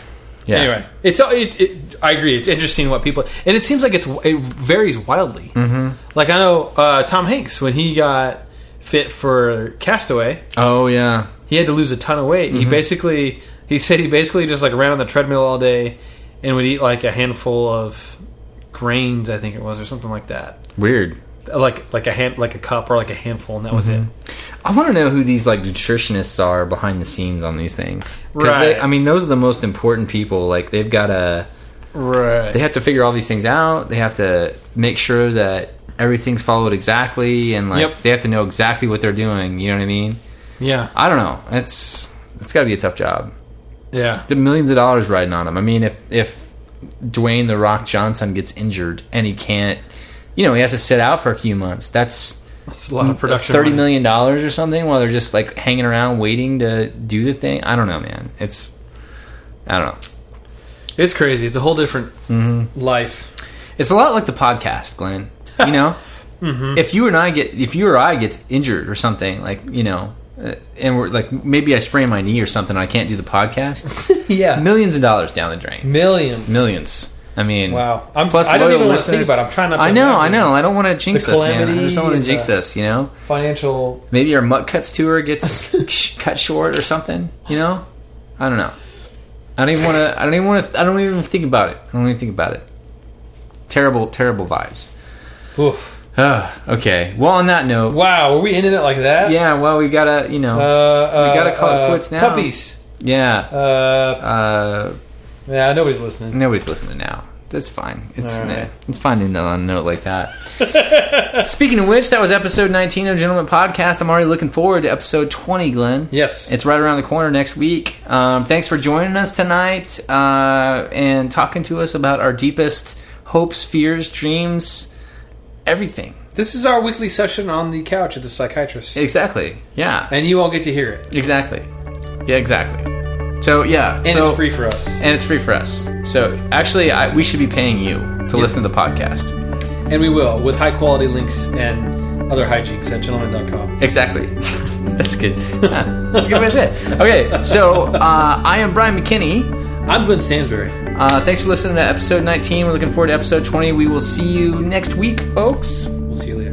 [SPEAKER 1] yeah.
[SPEAKER 2] Anyway, it's uh, it, it. I agree. It's interesting what people and it seems like it's it varies wildly. Mm-hmm. Like I know uh, Tom Hanks when he got fit for Castaway,
[SPEAKER 1] Oh yeah.
[SPEAKER 2] he had to lose a ton of weight. He
[SPEAKER 1] Mm-hmm.
[SPEAKER 2] basically he said he basically just like ran on the treadmill all day and would eat like a handful of grains, I think it was, or something like that.
[SPEAKER 1] Weird.
[SPEAKER 2] Like like a hand like a cup or like a handful, and that was it.
[SPEAKER 1] I want to know who these like nutritionists are behind the scenes on these things. 'Cause
[SPEAKER 2] Right.
[SPEAKER 1] They, I mean, those are the most important people. Like they've got to.
[SPEAKER 2] Right.
[SPEAKER 1] They have to figure all these things out. They have to make sure that everything's followed exactly, and like
[SPEAKER 2] Yep.
[SPEAKER 1] they have to know exactly what they're doing. You know what I mean?
[SPEAKER 2] yeah.
[SPEAKER 1] I don't know. It's it's got to be a tough job.
[SPEAKER 2] Yeah.
[SPEAKER 1] the millions of dollars riding on him. I mean, if if Dwayne the Rock Johnson gets injured and he can't, you know, he has to sit out for a few months. That's
[SPEAKER 2] That's a lot of production.
[SPEAKER 1] Mm, thirty
[SPEAKER 2] money.
[SPEAKER 1] million dollars or something while they're just like hanging around waiting to do the thing. I don't know, man. It's I don't know.
[SPEAKER 2] It's crazy. It's a whole different
[SPEAKER 1] Mm-hmm.
[SPEAKER 2] life.
[SPEAKER 1] It's a lot like the podcast, Glenn. You know, if you and I get if you or I gets injured or something, like you know. uh, And we're like, maybe I sprain my knee or something. I can't do the podcast.
[SPEAKER 2] Yeah.
[SPEAKER 1] Millions of dollars down the drain.
[SPEAKER 2] Millions.
[SPEAKER 1] Millions. I mean,
[SPEAKER 2] Wow. I'm,
[SPEAKER 1] Plus,
[SPEAKER 2] I don't
[SPEAKER 1] loyal
[SPEAKER 2] even want to think
[SPEAKER 1] listeners-
[SPEAKER 2] about it. I'm trying not to
[SPEAKER 1] I know, I
[SPEAKER 2] imagine
[SPEAKER 1] know. I don't want to jinx
[SPEAKER 2] The
[SPEAKER 1] this, man. I just don't want
[SPEAKER 2] calamity,
[SPEAKER 1] to jinx
[SPEAKER 2] the-
[SPEAKER 1] this, you know?
[SPEAKER 2] Financial.
[SPEAKER 1] Maybe our Mutt Cuts tour gets sh- cut short or something, you know? I don't know. I don't even want to, I don't even want to, I don't even think about it. I don't even think about it. Terrible, terrible vibes.
[SPEAKER 2] Oof.
[SPEAKER 1] Ugh, okay. Well, on that note,
[SPEAKER 2] Wow. Were we ending it like that?
[SPEAKER 1] yeah, well, we gotta, you know,
[SPEAKER 2] Uh, uh,
[SPEAKER 1] gotta call it
[SPEAKER 2] uh,
[SPEAKER 1] quits now.
[SPEAKER 2] Puppies.
[SPEAKER 1] yeah.
[SPEAKER 2] Uh,
[SPEAKER 1] Uh,
[SPEAKER 2] yeah, nobody's listening.
[SPEAKER 1] nobody's listening now. That's fine. It's
[SPEAKER 2] All right.
[SPEAKER 1] it's fine to know- note like that. Speaking of which, that was episode 19 of Gentleman Podcast. I'm already looking forward to episode 20, Glenn.
[SPEAKER 2] Yes.
[SPEAKER 1] It's right around the corner next week. Um, thanks for joining us tonight uh, and talking to us about our deepest hopes, fears, dreams, everything.
[SPEAKER 2] This is our weekly session on the couch at the psychiatrist.
[SPEAKER 1] Exactly. Yeah.
[SPEAKER 2] and you all get to hear it.
[SPEAKER 1] Exactly. Yeah, exactly. So, yeah.
[SPEAKER 2] And
[SPEAKER 1] so-
[SPEAKER 2] it's free for us.
[SPEAKER 1] And it's free for us. So, actually, I, we should be paying you to listen to the podcast.
[SPEAKER 2] And we will, with high quality links and other hijinks at gentleman.com.
[SPEAKER 1] Exactly. That's good. That's a good way to say it. Okay, so uh, I am Brian McKinney.
[SPEAKER 2] I'm Glenn Stansbury.
[SPEAKER 1] Uh, thanks for listening to episode 19. We're looking forward to episode 20. We will see you next week, folks.
[SPEAKER 2] We'll see you later.